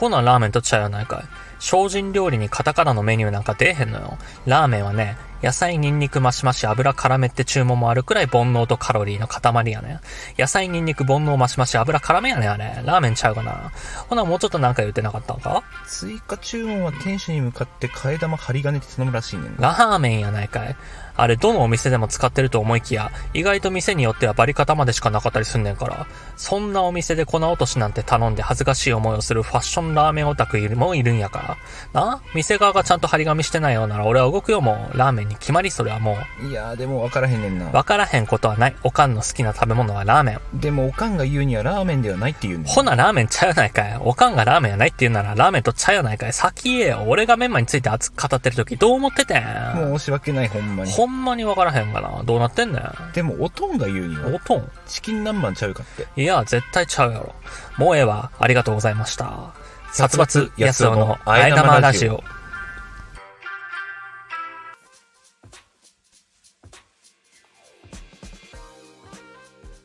A: ほな、ラーメンとちゃうやないかい。精進料理にカタカナのメニューなんか出えへんのよ。ラーメンはね、野菜、ニンニク、マシマシ、油絡めって注文もあるくらい煩悩とカロリーの塊やねん。野菜、ニンニク、煩悩、マシマシ、油絡めやねん、あれ。ラーメンちゃうかな。ほな、もうちょっとなんか言ってなかったんか
C: 追加注文は店主に向かって替え玉針金で頼むらしいねんな
A: ラーメンやないかい。あれ、どのお店でも使ってると思いきや、意外と店によってはバリ方までしかなかったりすんねんから、そんなお店で粉落としなんて頼んで恥ずかしい思いをするファッションラーメンオタクいるもいるんやから。な店側がちゃんと張り紙してないようなら俺は動くよもう。ラーメンに決まりそれはも
C: いやーでもわからへんねん
A: う。
C: な
A: わからへんことはない。おかんの好きな食べ物はラーメン。
C: でもおかんが言うにはラーメンではないって言うねん
A: ほな、ラーメンちゃうやないかい。おかんがラーメンやないって言うなら、ラーメンとちゃうやないかい。先言えよ。俺がメンマについて熱く語ってる時どう思っててん。
C: もう申し訳ないほんまに
A: ほんまにわからへんがな。どうなってんねん。
C: でもおとんが言うに
A: お
C: は
A: とん
C: チキン南蛮ちゃうかって
A: いや、絶対ちゃうやろ。もうええわ。ありがとうございました。殺伐安男のあえ玉ラジオ。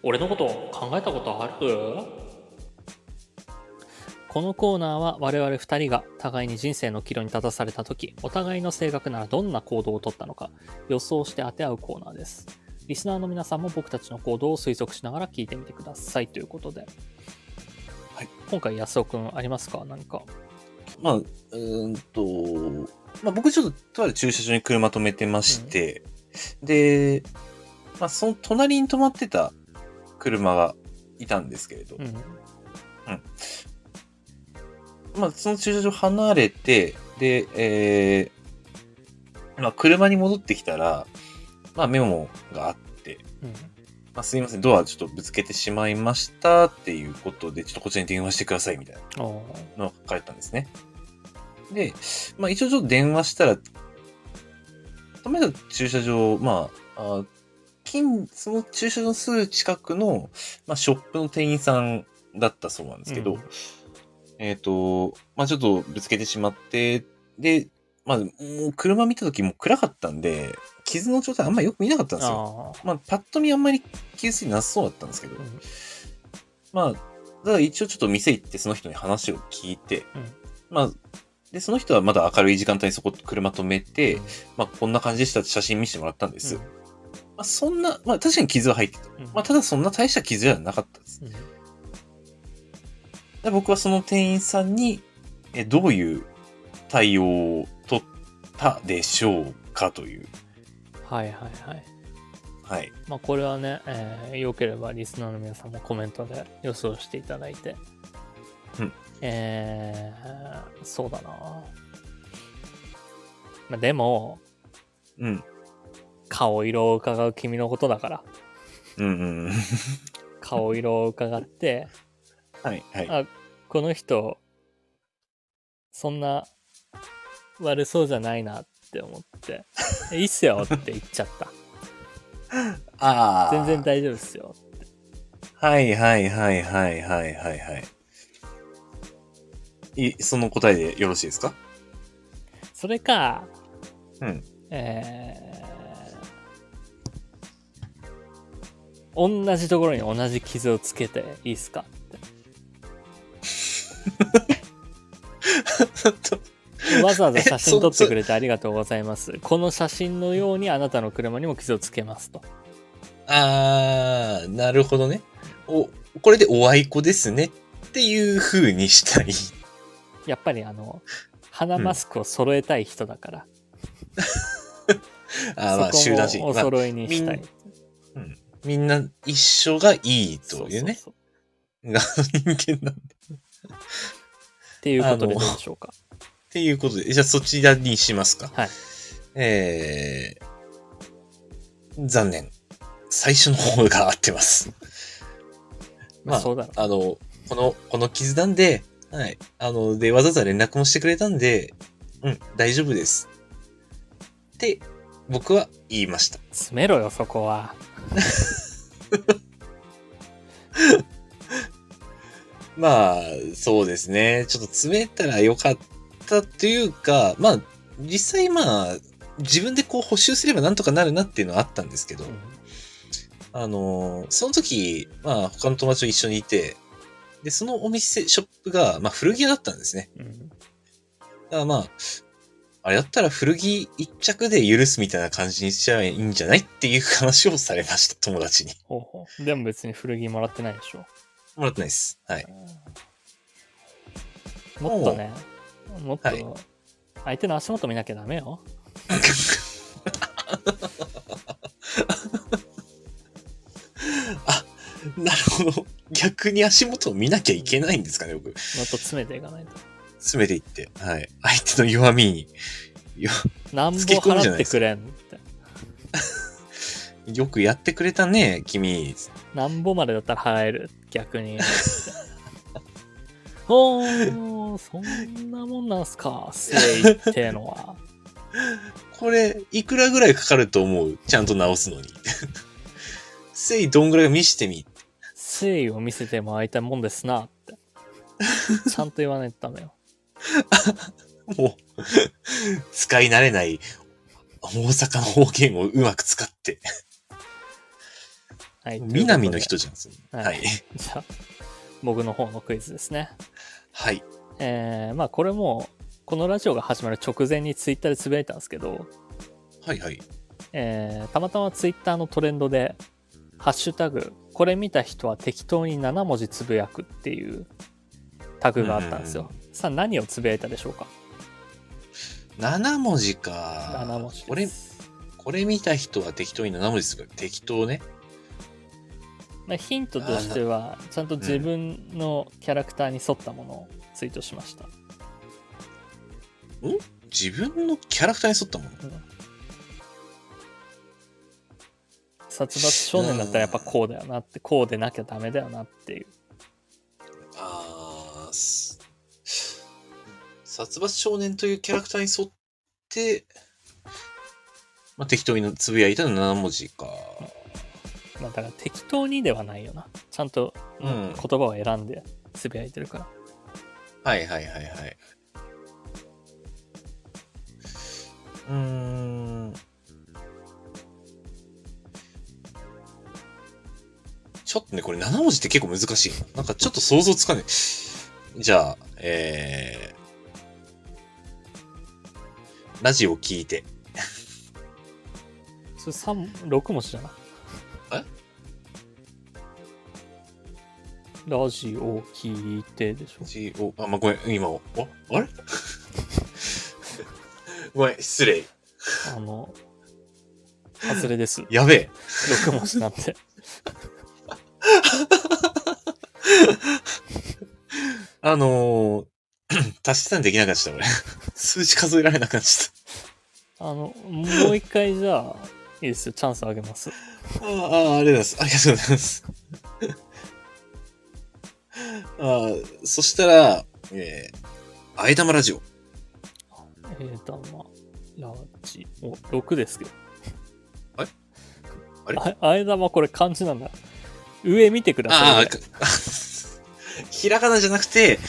A: 俺のこと考えたことあるこのコーナーは我々2人が互いに人生の岐路に立たされた時お互いの性格ならどんな行動をとったのか予想して当て合うコーナーですリスナーの皆さんも僕たちの行動を推測しながら聞いてみてくださいということで、
B: はい、
A: 今回安尾くんありますか何か
B: まあ、うーんと、まあ僕ちょっととある駐車場に車止めてまして、で、まあその隣に止まってた車がいたんですけれど、
A: うん
B: まあその駐車場離れて、で、えー、まあ車に戻ってきたら、まあメモがあって、
A: うん
B: まあ、すいません、ドアちょっとぶつけてしまいましたっていうことで、ちょっとこちらに電話してくださいみたいな。
A: お
B: のが書かれてたんですね。で、まあ一応ちょっと電話したら、止めた駐車場、まあ、あ近、その駐車場のすぐ近くの、まあショップの店員さんだったそうなんですけど、
A: うん
B: えっ、と、まあちょっとぶつけてしまって、で、まあもう車見た時もう暗かったんで、傷の状態あんまりよく見なかったんですよ。
A: あ
B: まあパッと見あんまり気づいてなさそうだったんですけど、
A: うん
B: まあ、ただ一応ちょっと店行ってその人に話を聞いて、
A: うん
B: まあ、で、その人はまだ明るい時間帯にそこ車止めて、まあこんな感じでしたって写真見せてもらったんです。
A: うん
B: まあそんな、まあ確かに傷は入ってた。
A: うん
B: まあただそんな大した傷ではなかったです。
A: うん
B: で僕はその店員さんに、え、どういう対応を取ったでしょうかという。
A: はいはいはい
B: はい。
A: まあこれはね、えーよければリスナーの皆さんもコメントで予想していただいて
B: うん
A: えー、そうだな。まあ、でも、
B: うん。
A: 顔色を伺う君のことだから、
B: うんうんうん。
A: 顔色を伺って、
B: はいはい。
A: あこの人、そんな悪そうじゃないなって思って、いいっすよって言っちゃった。
B: ああ。
A: 全然大丈夫っすよ。
B: はいはいはいはいはいはいはい。い、その答えでよろしいですか
A: それか、
B: うん。
A: えー、同じところに同じ傷をつけていいっす かっ
B: ちょっと
A: て。わざわざ写
B: そ
A: 真
B: う
A: 撮ってくれてありがとうございます。この写真のようにあなたの車にも傷をつけますと。
B: あー、なるほどね。お、これでおあいこですねっていう風にしたい。
A: やっぱりあの、鼻マスクを揃えたい人だから、
B: あーまあ、
A: そ
B: 集団
A: こもお
B: 心理。まあ、
A: 揃いにしたい。
B: みんな一緒がいい
A: そ
B: と
A: う
B: い
A: そうう
B: ね。
A: そう。っ
B: が 人間なんだ。って
A: いうことでどうでしょうか。
B: ていうことで、じゃあそちらにしますか。
A: はい。
B: えー、残念。最初の方が合ってます。
A: まあ、そうだろう。
B: あの、この、この傷なんで、はい。あの、で、わざわざ連絡もしてくれたんで、うん、大丈夫です。って、僕は言いました。
A: 詰めろよ、そこは。
B: まあ、そうですね。ちょっと詰めたらよかったというか、まあ、実際まあ、自分でこう補修すればなんとかなるなっていうのはあったんですけど、
A: うん
B: あのーその時、まあ、他の友達と一緒にいて、で、そのお店、ショップが、まあ、古着屋だったんですね。
A: うん
B: だからまあ、あれだったら古着一着で許すみたいな感じにしちゃえばいいんじゃないっていう話をされました、友達に。
A: ほうほう。でも別に古着もらってないでしょ。
B: もらってないです。はい。
A: もっとね、もっと
B: はい
A: 相手の足元見なきゃダメよ。
B: あ、なるほど。逆に足元を見なきゃいけないんですかね、僕。
A: もっと詰めていかないと。
B: 詰めていって。はい。相手の弱みに。よ、
A: なんぼ
B: 突き込むじ
A: 払っ
B: ゃない
A: て
B: です
A: くれんって。
B: よくやってくれたね、君。
A: なんぼまでだったら払える、逆 に。おー、そんなもんなんすか、誠意ってのは。
B: これ、いくらぐらいかかると思うちゃんと直すのに。 せい、どんぐらい見してみ。
A: 誠意を見せても会いたいもんですなって。ちゃんと言わないとダメよ。
B: もう、 使い慣れない大阪の方言をうまく使って、
A: はい。
B: 南の
A: とい
B: 人
A: う
B: じゃん、それ
A: はい
B: はい。
A: ことで。じゃあ、僕の方のクイズですね。
B: はい。
A: えーまあこれもこのラジオが始まる直前にツイッターでつぶやいたんですけど、
B: はいはい。
A: えーたまたまツイッターのトレンドで「ハッシュタグこれ見た人は適当に7文字つぶやく」っていうタグがあったんですよ。さあ何をつぶやいたでしょうか
B: 7文字か。
A: ?7 文字
B: これ
A: で、す。
B: これ見た人は適当に7文字するから適当ね。
A: まあ、ヒントとしてはちゃんと自分のキャラクターに沿ったものをツイートしました。
B: 自分のキャラクターに沿ったもの。
A: 殺伐少年だったらやっぱこうだよなってこうでなきゃダメだよなっていう。
B: あーす殺伐少年というキャラクターに沿って、まあ、適当につぶやいたの7文字か。
A: まあ、だから適当にではないよなちゃんと
B: う
A: 言
B: ん
A: 葉を選んでつぶやいてるから、
B: はいはいはいはい。うーん。ちょっとね、これ7文字って結構難しいな。なんかちょっと想像つかねえ。じゃあ、えー、ラジオ聞いて。
A: それ三6文字じゃない
B: え
A: ラジオ聞いてで しょ
B: ラジオ、あ、まあ、ごめん、今、お、あれ ごめん、失礼。
A: あの外れ です
B: やべえ。
A: 6文字なんて
D: あのー 足し算できなくなっちゃった、俺。数字数えられ なくなっち
A: あの、もう一回じゃあ、いいですよ、チャンスあげます。
D: ゃった。あーあー、ありがとうございます。ありがとうございます。 ああ、そしたら、えー、あえ玉ラジオ。
A: えー、と、まあ、ラジオ、6ですけど。
D: あれあれ
A: ああえ玉これ漢字なんだ。上見てくだ
D: あ
A: さ
D: あ、
A: い。
D: か ひらがなじゃなくて、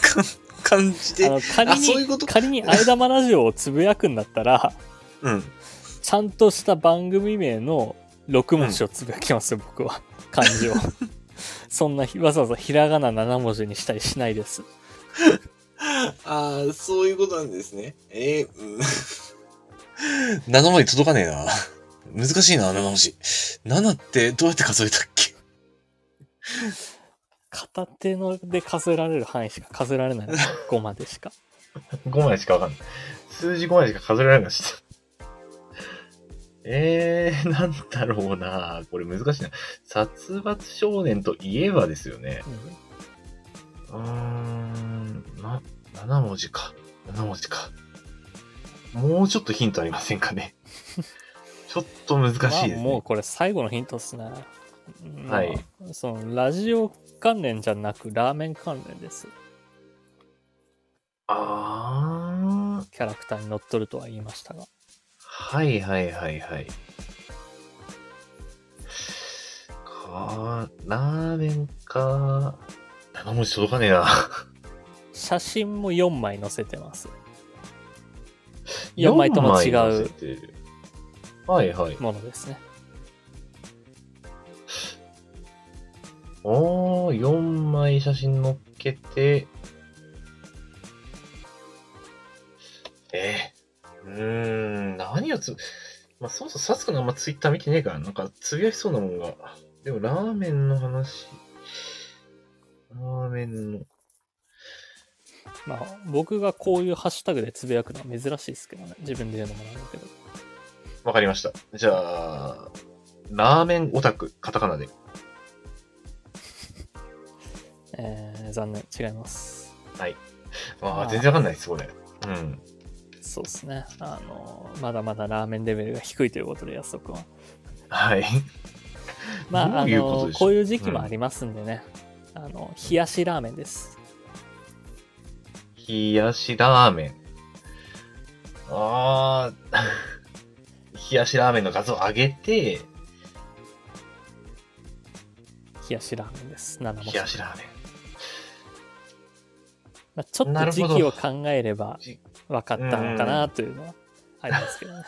D: か漢字で、
A: あの仮
D: あそういうこ
A: に、
D: と
A: 仮にあえ玉ラジオをつぶやくんだっ たら、
D: うん。
A: ちゃんとした番組名の6文字をつぶやきますよ、僕は。漢字 を。そんなひ、わざわざひらがな7文字にしたりしないです。
D: ああ、そういうことなんですね。えー、うん。7文字 届かねえな。難しいな、7文字。7ってどうやって数えたっけ
A: 片手ので数えられる範囲しか数えられない。5までしか。
B: 5枚しかわかんない。数字5枚しか数えられなくなっちゃった。えー、なんだろうなこれ難しいな。殺伐少年といえばですよね。
A: うん
B: うーん、な、7文字か。7文字か。もうちょっとヒントありませんか ね。ちょっと難しいです
A: まあ、
B: ね。
A: もうこれ最後のヒントっすね。
B: はい
A: まあ。そのラジオ関連じゃなくラーメン関連です。
B: あー、
A: キャラクターに乗っ取るとは言いましたが。
B: はいはいはいはい。かラーメンか。7文字届かねえな。
A: 写真も4枚載せてます。
B: 四
A: 4枚とも違
B: 乗せ
A: う
B: てる。はいはい。
A: ものですね。
B: おー、4枚写真載っけて、えー、うーん、何をつ、まあ、そもそもサツくんあんまツイッター見てねえから、なんかつぶやきそうなもんが。でも、ラーメンの話、ラーメンの、
A: まあ僕がこういうハッシュタグでつぶやくのは珍しいですけどね。自分で言うのもなんだけど。
B: わかりました。じゃあ、ラーメンオタク、カタカナで。
A: えー、残念。違います。
B: あ
A: あ
B: あ、
A: ー
B: 全然わかんないです、これ。うん。
A: そうですね。あの、まだまだラーメンレベルが低いということで、安岡は。
B: はい。
A: まあ、あ
B: どういうこと
A: の
B: でしょう
A: こういう時期もありますんでね。あの、冷やしラーメンです。
B: 冷やしラーメン。ああ、冷やしラー メンの画像上げて、
A: 冷やしラーメンです。7文
B: 冷
A: 字
B: やしラーメン。
A: まあ、ちょっ
B: な
A: と
B: るほ
A: 時
B: ど
A: 期を考えれば
B: じ
A: 分かったのかなというのはありますけどね。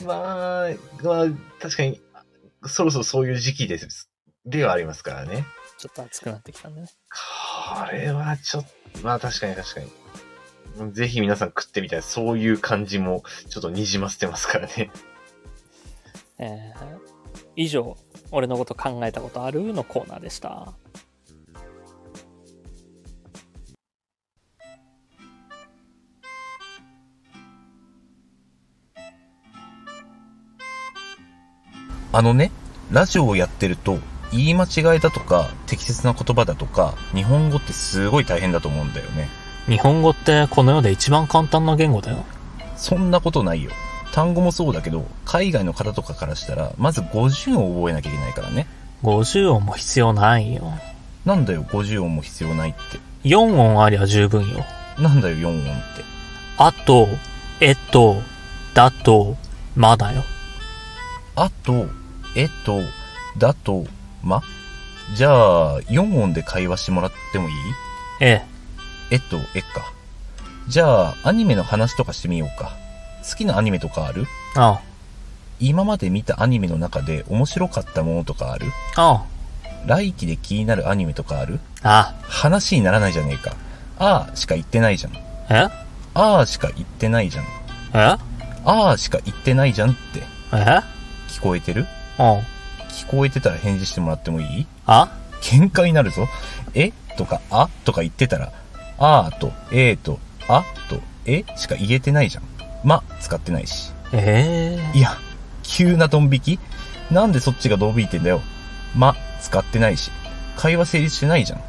B: まあ、まあ、確かに、そろそろそういう時期です。ではありますからね。
A: ちょっと暑くなってきたんでね。
B: これはちょっと、まあ確かに確かに。ぜひ皆さん食ってみたい。そういう感じも、ちょっとにじませてますからね。
A: えー以上、俺のこと考えたことあるのコーナーでした。
B: あのね、ラジオをやってると、言い間違いだとか、適切な言葉だとか、日本語ってすごい大変だと思うんだよね。
A: 日本語ってこの世で一番簡単な言語だよ。
B: そんなことないよ。単語もそうだけど、海外の方とかからしたら、まず50音を覚えなきゃいけないからね。
A: 50音も必要ないよ。
B: なんだよ、50音も必要ないって。
A: 4音ありゃ十分よ。
B: なんだよ、4音って。
A: あと、えっと、だと、まだよ。
B: あと、えと、だと、まじゃあ、4音で会話してもらってもいい
A: ええ、
B: えっと、えっか。じゃあ、アニメの話とかしてみようか。好きなアニメとかある
A: あ
B: 今まで見たアニメの中で面白かったものとかある
A: あ、あ
B: 来期で気になるアニメとかある
A: あ、
B: 話にならないじゃねえか。あーしか言ってないじゃん。
A: え
B: あーしか言ってないじゃん。
A: え
B: あーしか言ってないじゃんって。
A: え
B: 聞こえてる
A: うん、
B: 聞こえてたら返事してもらってもいい
A: あ
B: 喧嘩になるぞ。えとかあとか言ってたら、あーと、えーと、あと、えしか言えてないじゃん。ま、使ってないし。
A: ええ
B: いや、急なドン引きなんでそっちがドン引いてんだよ。ま、使ってないし。会話成立してないじゃん。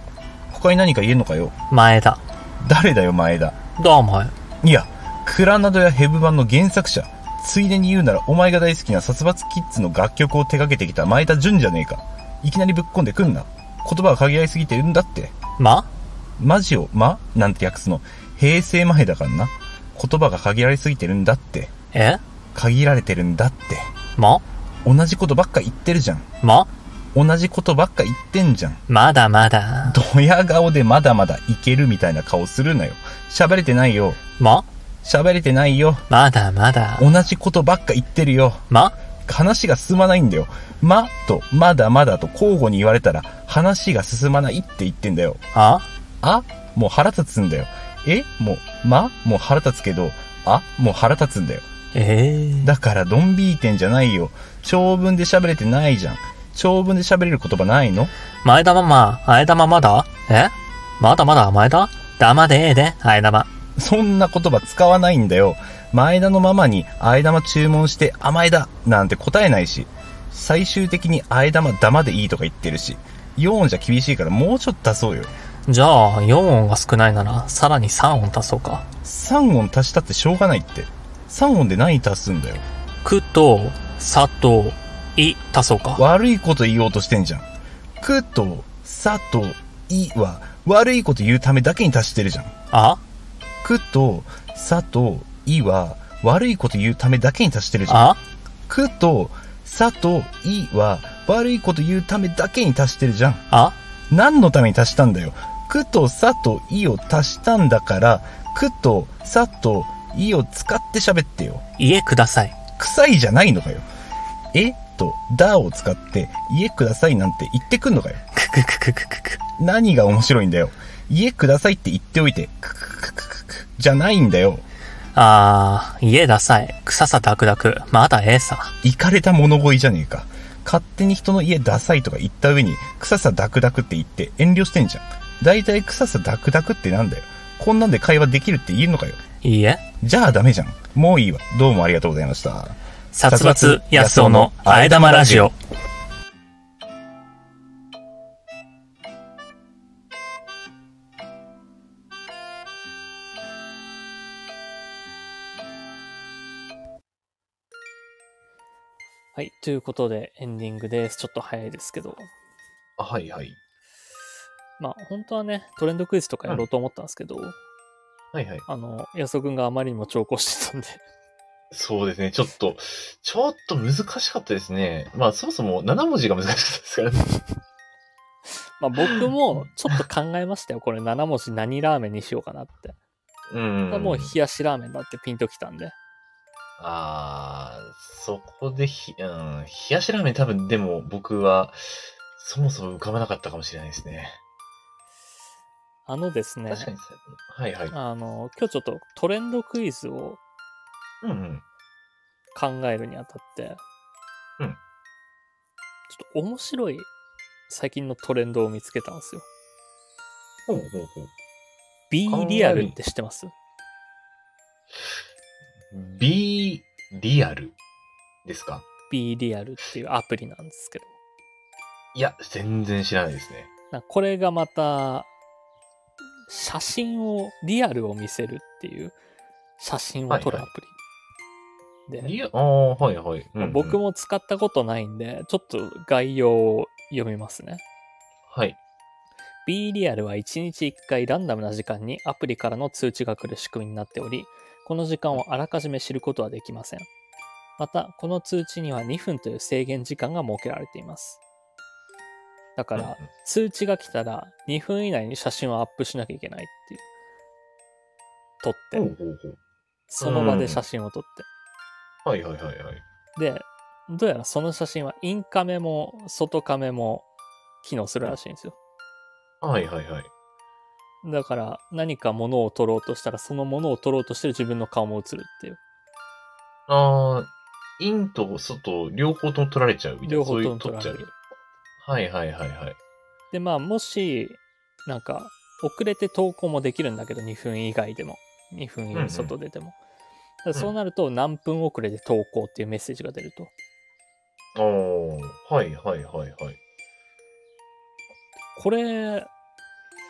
B: 他に何か言えんのかよ。
A: 前田。
B: 誰だよ、前田。
A: どうも。
B: いや、クラナドやヘブ版の原作者。ついでに言うなら、お前が大好きな殺伐キッズの楽曲を手掛けてきた前田純じゃねえか。いきなりぶっこんでくんな。言葉が限られすぎてるんだって。
A: ま
B: マジを、まなんて訳すの。平成前だからな。言葉が限られすぎてるんだって。
A: え
B: 限られてるんだって。
A: ま
B: 同じことばっか言ってるじゃん。
A: ま
B: 同じことばっか言ってんじゃん。
A: まだまだ。
B: ドヤ顔でまだまだいけるみたいな顔するなよ。喋れてないよ。
A: ま
B: 喋れてないよ。
A: まだまだ。
B: 同じことばっか言ってるよ。
A: ま
B: 話が進まないんだよ。まとまだまだと交互に言われたら話が進まないって言ってんだよ。
A: あ
B: あもう腹立つんだよ。えもう、まもう腹立つけど、あもう腹立つんだよ。
A: ええ
B: だからドンビーてんじゃないよ。長文で喋れてないじゃん。長文で喋れる言葉ないの
A: 前田ママ、前田ママだえまだまだ前田黙でええで、前田マ。
B: そんな言葉使わないんだよ。前田のママに、あえ玉注文して、甘えだなんて答えないし、最終的に、あえ玉ダマでいいとか言ってるし、4音じゃ厳しいからもうちょっと足そうよ。
A: じゃあ、4音が少ないなら、さらに3音足そうか。
B: 3音足したってしょうがないって。3音で何足すんだよ。
A: くと、さと、い足そうか。
B: 悪いこと言おうとしてんじゃん。くと、さと、いは、悪いこと言うためだけに足してるじゃん。
A: あ
B: くと、さと、いは、悪いこと言うためだけに足してるじゃん。
A: あ
B: くと、さと、いは、悪いこと言うためだけに足してるじゃん。
A: あ
B: 何のために足したんだよ。くと、さと、いを足したんだから、くと、さと、いを使って喋ってよ。
A: 家ください。
B: 臭いじゃないのかよ。えと、だを使って、家くださいなんて言ってくんのかよ。
A: くくくくくくく。
B: 何が面白いんだよ。家くださいって言っておいて、くくくくくく、じゃないんだよ。
A: あー、家ださい。臭さダクダク。まだええさ。
B: 行かれた物乞いじゃねえか。勝手に人の家ダサいとか言った上に、臭さダクダクって言って遠慮してんじゃん。だいたい臭さダクダクってなんだよ。こんなんで会話できるって言えんのかよ。
A: いいえ。
B: じゃあダメじゃん。もういいわ。どうもありがとうございました。
A: 殺伐安男のあえ玉ラジオ。はい、ということでエンディングです。ちょっと早いですけど。
C: あはいはい。
A: まあ、本当はね、トレンドクイズとかやろうと思ったんですけど、
C: はいはい。
A: あの、安男くんがあまりにも長考して たんで、
C: そうですね。ちょっと、ちょっと難しかったですね。まあ、そもそも7文字が難しかったですからね。
A: まあ僕もちょっと考えましたよ。これ7文字何ラーメンにしようかなって。
C: うん。
A: もう冷やしラーメンだってピンときたんで。
C: ああ、そこでひ、うん、冷やしラーメン多分でも僕は、そもそも浮かばなかったかもしれないですね。
A: あのですね、
C: 確かに。はいはい。
A: あの、今日ちょっとトレンドクイズを
C: うんうん。
A: 考えるにあたって、
C: うん
A: ちょっと面白い最近のトレンドを見つけたんですよ。
C: ほうほうほう。
A: B
C: 考える
A: リアルって知ってます
C: B リアルですか
A: ?B リアルっていうアプリなんですけど。
C: いや、全然知らないですね。
A: なんかこれがまた、写真を、リアルを見せるっていう、写真を撮るアプリ。で、
C: リア、ああ、はいはい。うん
A: ま
C: う
A: あ
C: ん
A: 僕。も使ったことないんで、ちょっと概要を読みますね。
C: はい。
A: B リアルは1日1回ランダムな時間にアプリからの通知が来る仕組みになっており、この時間をあらかじめ知ることはできません。また、この通知には2分という制限時間が設けられています。だか
C: うんう
A: ら
C: ん、
A: 通知が来たら2分以内に写真をアップしなきゃいけないっていう。撮
C: ほ
A: って、
C: うほうほう。
A: その場で写真を撮って。
C: はいはいはいはい。
A: で、どうやらその写真はインカメも外カメも機能するらしいんですよ。
C: はいはいはい。
A: だから何か物を撮ろうとしたらその物を撮ろうとしてる自分の顔も映るっていう。
C: ああ、インと外、両方とも取られちゃうみたいな。
A: 両方
C: そうい
A: と
C: う
A: も撮られ
C: 取っちゃ
A: る
C: う。。はいはいはいはい。
A: で、まあもし、なんか遅れて投稿もできるんだけど2分以外でも。2分以
C: うんうん
A: 外外出ても。だからそうなると何分遅れで投稿っていうメッセージが出ると。
C: ああ、はいはいはいはい。
A: これ、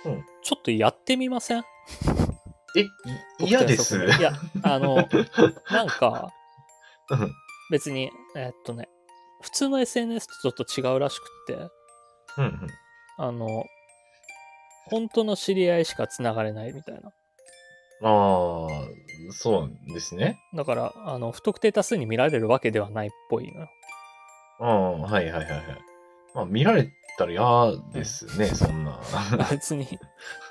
E: うん
A: ちょっとやってみません
E: え、い嫌です。
A: 僕と安尾君いや、あの、なんか、
E: うん
A: 別に、えーっとね、普通の SNS とちょっと違うらしくって、
E: うんうん
A: あの、本当の知り合いしか繋がれないみたいな。
E: ああ、そうなんですね。
A: だから、あの、不特定多数に見られるわけではないっぽい のよ。
E: ああ、はいはいはいはい。まあ、見られたら嫌ですね、そんな。
A: 別に、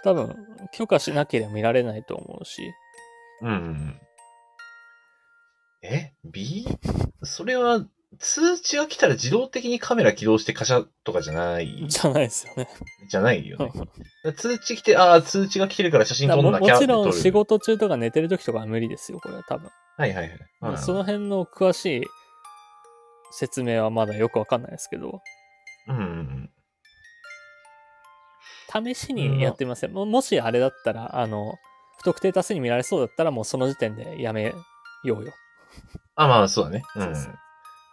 A: 多分、許可しなければ見られないと思うし、
E: うんうんうん。え ?B? それは、通知が来たら自動的にカメラ起動してカシャとかじゃない、
A: じゃないですよね。
E: じゃないよね。通知来て、ああ、通知が来てるから写真撮ん
A: も
E: なきゃ
A: も
E: って
A: ち
E: 撮
A: ろ
E: る
A: ん仕。事中とか寝てる時とかは無理ですよ、これは多分。
E: はいはいはい。うん
A: その辺の詳しい説明はまだよくわかんないですけど、
E: うんうん
A: 試しにやってみません。ももしあれだったら、あの、不特定多数に見られそうだったら、もうその時点でやめようよ。
E: あ、まあ、そうだね。うん。
A: そうそう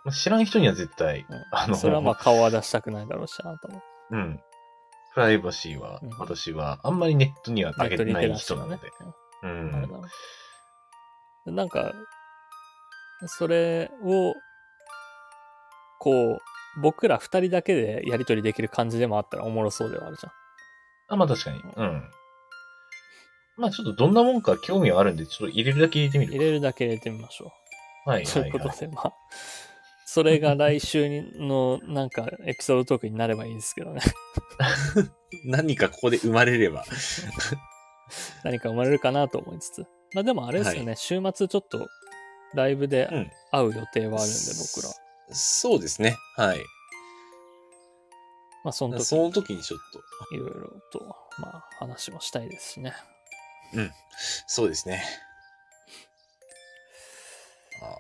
E: まあ知らん人には絶対、
A: うん
E: あの、
A: それはまあ顔は出したくないだろうし、あ なたも。
E: うん。プライバシーは、
A: うん
E: 私は、あんまりネットには
A: ネ
E: あ
A: ッ
E: げ
A: ト
E: て
A: リ
E: な
A: テ
E: い
A: ラシ
E: 人
A: ー
E: な
A: が
E: の
A: ね
E: で。。う
A: うんあれだ
E: ん。
A: ななんか、それを、こう、僕ら二人だけでやりとりできる感じでもあったらおもろそうではあるじゃん。
E: あ、まあ確かに。うん。まあちょっとどんなもんか興味はあるんで、ちょっと入れるだけ入れてみる
A: 入れるだけ入れてみましょう。
E: はいは
A: とい
E: いう
A: こと
E: はい。
A: で、まあ、それが来週にの、なんか、エピソードトークになればいいですけどね。
C: 何かここで生まれれば。
A: 何か生まれるかなと思いつつ。まあでもあれですよね、週末ちょっと、ライブで
C: うん
A: 会う予定はあるんで、僕ら。
C: そうですね。はい。
A: まあ、その時、
C: その時にちょっと。
A: いろいろと、まあ、話もしたいですしね。
C: そうですね。ああ、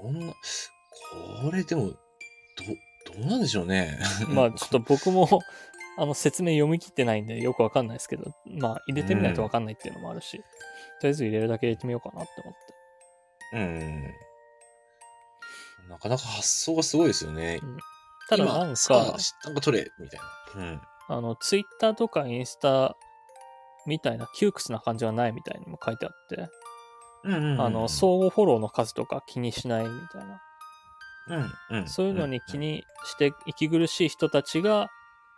C: こんな、これでも、ど、どうなんでしょうね。
A: まあ、ちょっと僕も、 あの、説明読み切ってないんで、よくわかんないですけど、まあ、入れてみないとわかんないっていうのもあるし、とりあえず入れるだけ入れてみようかなって思って。
C: うん。なかなか発想がすごいですよね。
A: ただ、なん
C: 今
A: か
C: さあ、なんか取れ、みたいな。うん。
A: あの、ツイッターとかインスタみたいな窮屈な感じはないみたいにも書いてあって、
C: うんうんうん
A: あの、相互フォローの数とか気にしないみたいな、
C: うんうん
A: そういうのに気にして息苦しい人たちが、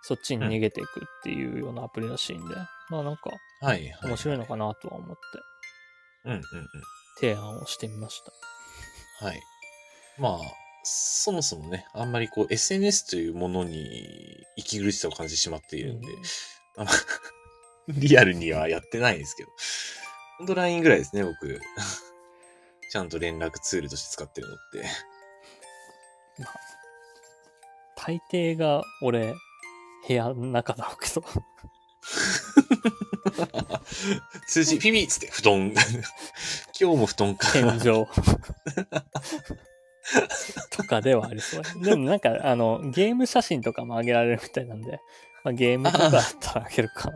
A: そっちに逃げていくっていうようなアプリらしいんで、まあなんか
C: うんはいは
A: 面白いの
C: な
A: かなとは思って
C: うんうんうん
A: 提案をしてみました。
C: はいまあそもそもねあんまりこう SNS というものに息苦しさを感じてしまっているんで、あん まリアルにはやってないんですけどほんと LINE ぐらいですね僕 ちゃんと連絡ツールとして使ってるのって
A: 大抵が俺、部屋の中だろうけど、
C: 通知ピピッつって布団 今日も布団か
A: 天井とかではありそうだねでもなんかあのゲーム写真とかも上げられるみたいなんで、まあ、ゲームとかだったら上げるか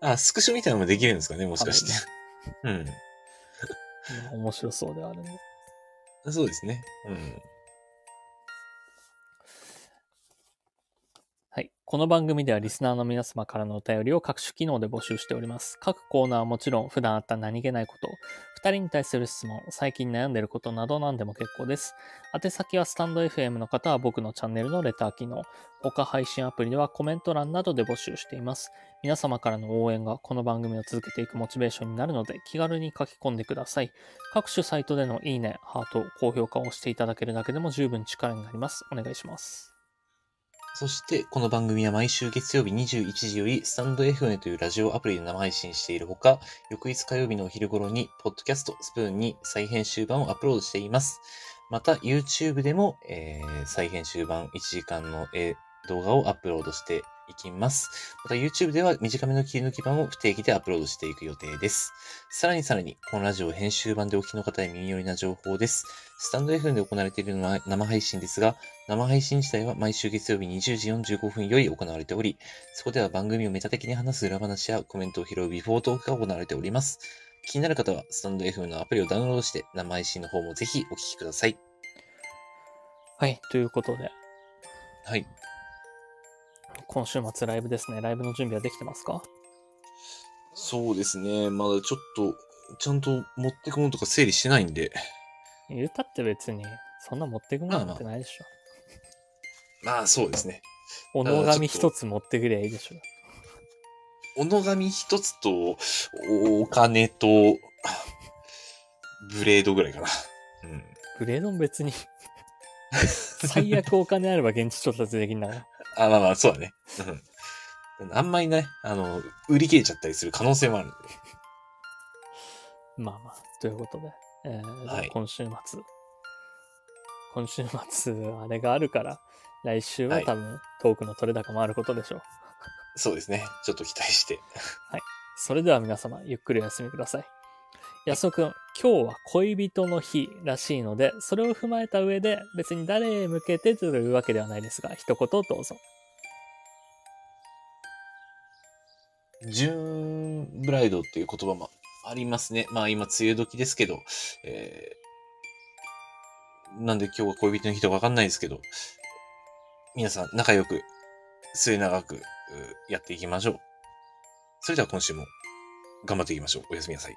A: な
C: あスクショみたいなのもできるんですかね もしかしてうん
A: 面白そうではあるんで
C: そうですねうん
A: はい。この番組ではリスナーの皆様からのお便りを各種機能で募集しております。各コーナーはもちろん普段あった何気ないこと、二人に対する質問、最近悩んでることなど何でも結構です。宛先はスタンド FM の方は僕のチャンネルのレター機能、他配信アプリではコメント欄などで募集しています。皆様からの応援がこの番組を続けていくモチベーションになるので気軽に書き込んでください。各種サイトでのいいね、ハート、高評価を押していただけるだけでも十分力になります。お願いします。
C: そして、この番組は毎週月曜日21時より、スタンド FM というラジオアプリで生配信しているほか、翌日火曜日のお昼頃に、ポッドキャストスプーンに再編集版をアップロードしています。また、YouTube でも、えー再編集版1時間の、えー動画をアップロードしていきます。また、YouTube では短めの切り抜き版を不定期でアップロードしていく予定です。さらにさらに、このラジオ編集版でお聞きの方へ耳寄りな情報です。スタンド FM で行われている生生配信ですが、生配信自体は毎週月曜日20時45分より行われており、そこでは番組をメタ的に話す裏話やコメントを拾うビフォートークが行われております。気になる方は、スタンド FM のアプリをダウンロードして、生配信の方もぜひお聞きください。
A: はい。ということで、
C: はい。
A: 今週末ライブですね。ライブの準備はできてますか
C: そうですね。まだちょっと、ちゃんと持ってくものとか整理してないんで。
A: 言ったって別に、そんな持ってくもんなんてないでしょ。
C: まあそうですね。
A: お
C: まあ
A: のがみ
C: ち
A: 一
C: ょっと
A: つ持ってくりゃいいでしょ。
C: おのがみ一つと、おお金と、ブレードぐらいかな。
F: うん。
A: グレードも別 に。最悪お金あれば現地調達できんだから。
C: あ、まあまあ、そうだね。うんあんまりね、あの、売り切れちゃったりする可能性もあるんで。
A: まあまあ、ということで。えーじゃあ
C: はい
A: 今週末。今週末、あれがあるから、来週は
C: はい
A: 多分、トークの取れ高もあることでしょう。
C: そうですね。ちょっと期待して。
A: それでは皆様、ゆっくりお休みください。安尾くん、今日は恋人の日らしいので、それを踏まえた上で、別に誰へ向けてというわけではないですが、一言どうぞ。
C: ジューンブライドっていう言葉もありますね。まあ今、梅雨時ですけど、えーなんで今日は恋人の日とかわかんないですけど、皆さん仲良く、末永くうやっていきましょう。それでは今週も頑張っていきましょう。おやすみなさい。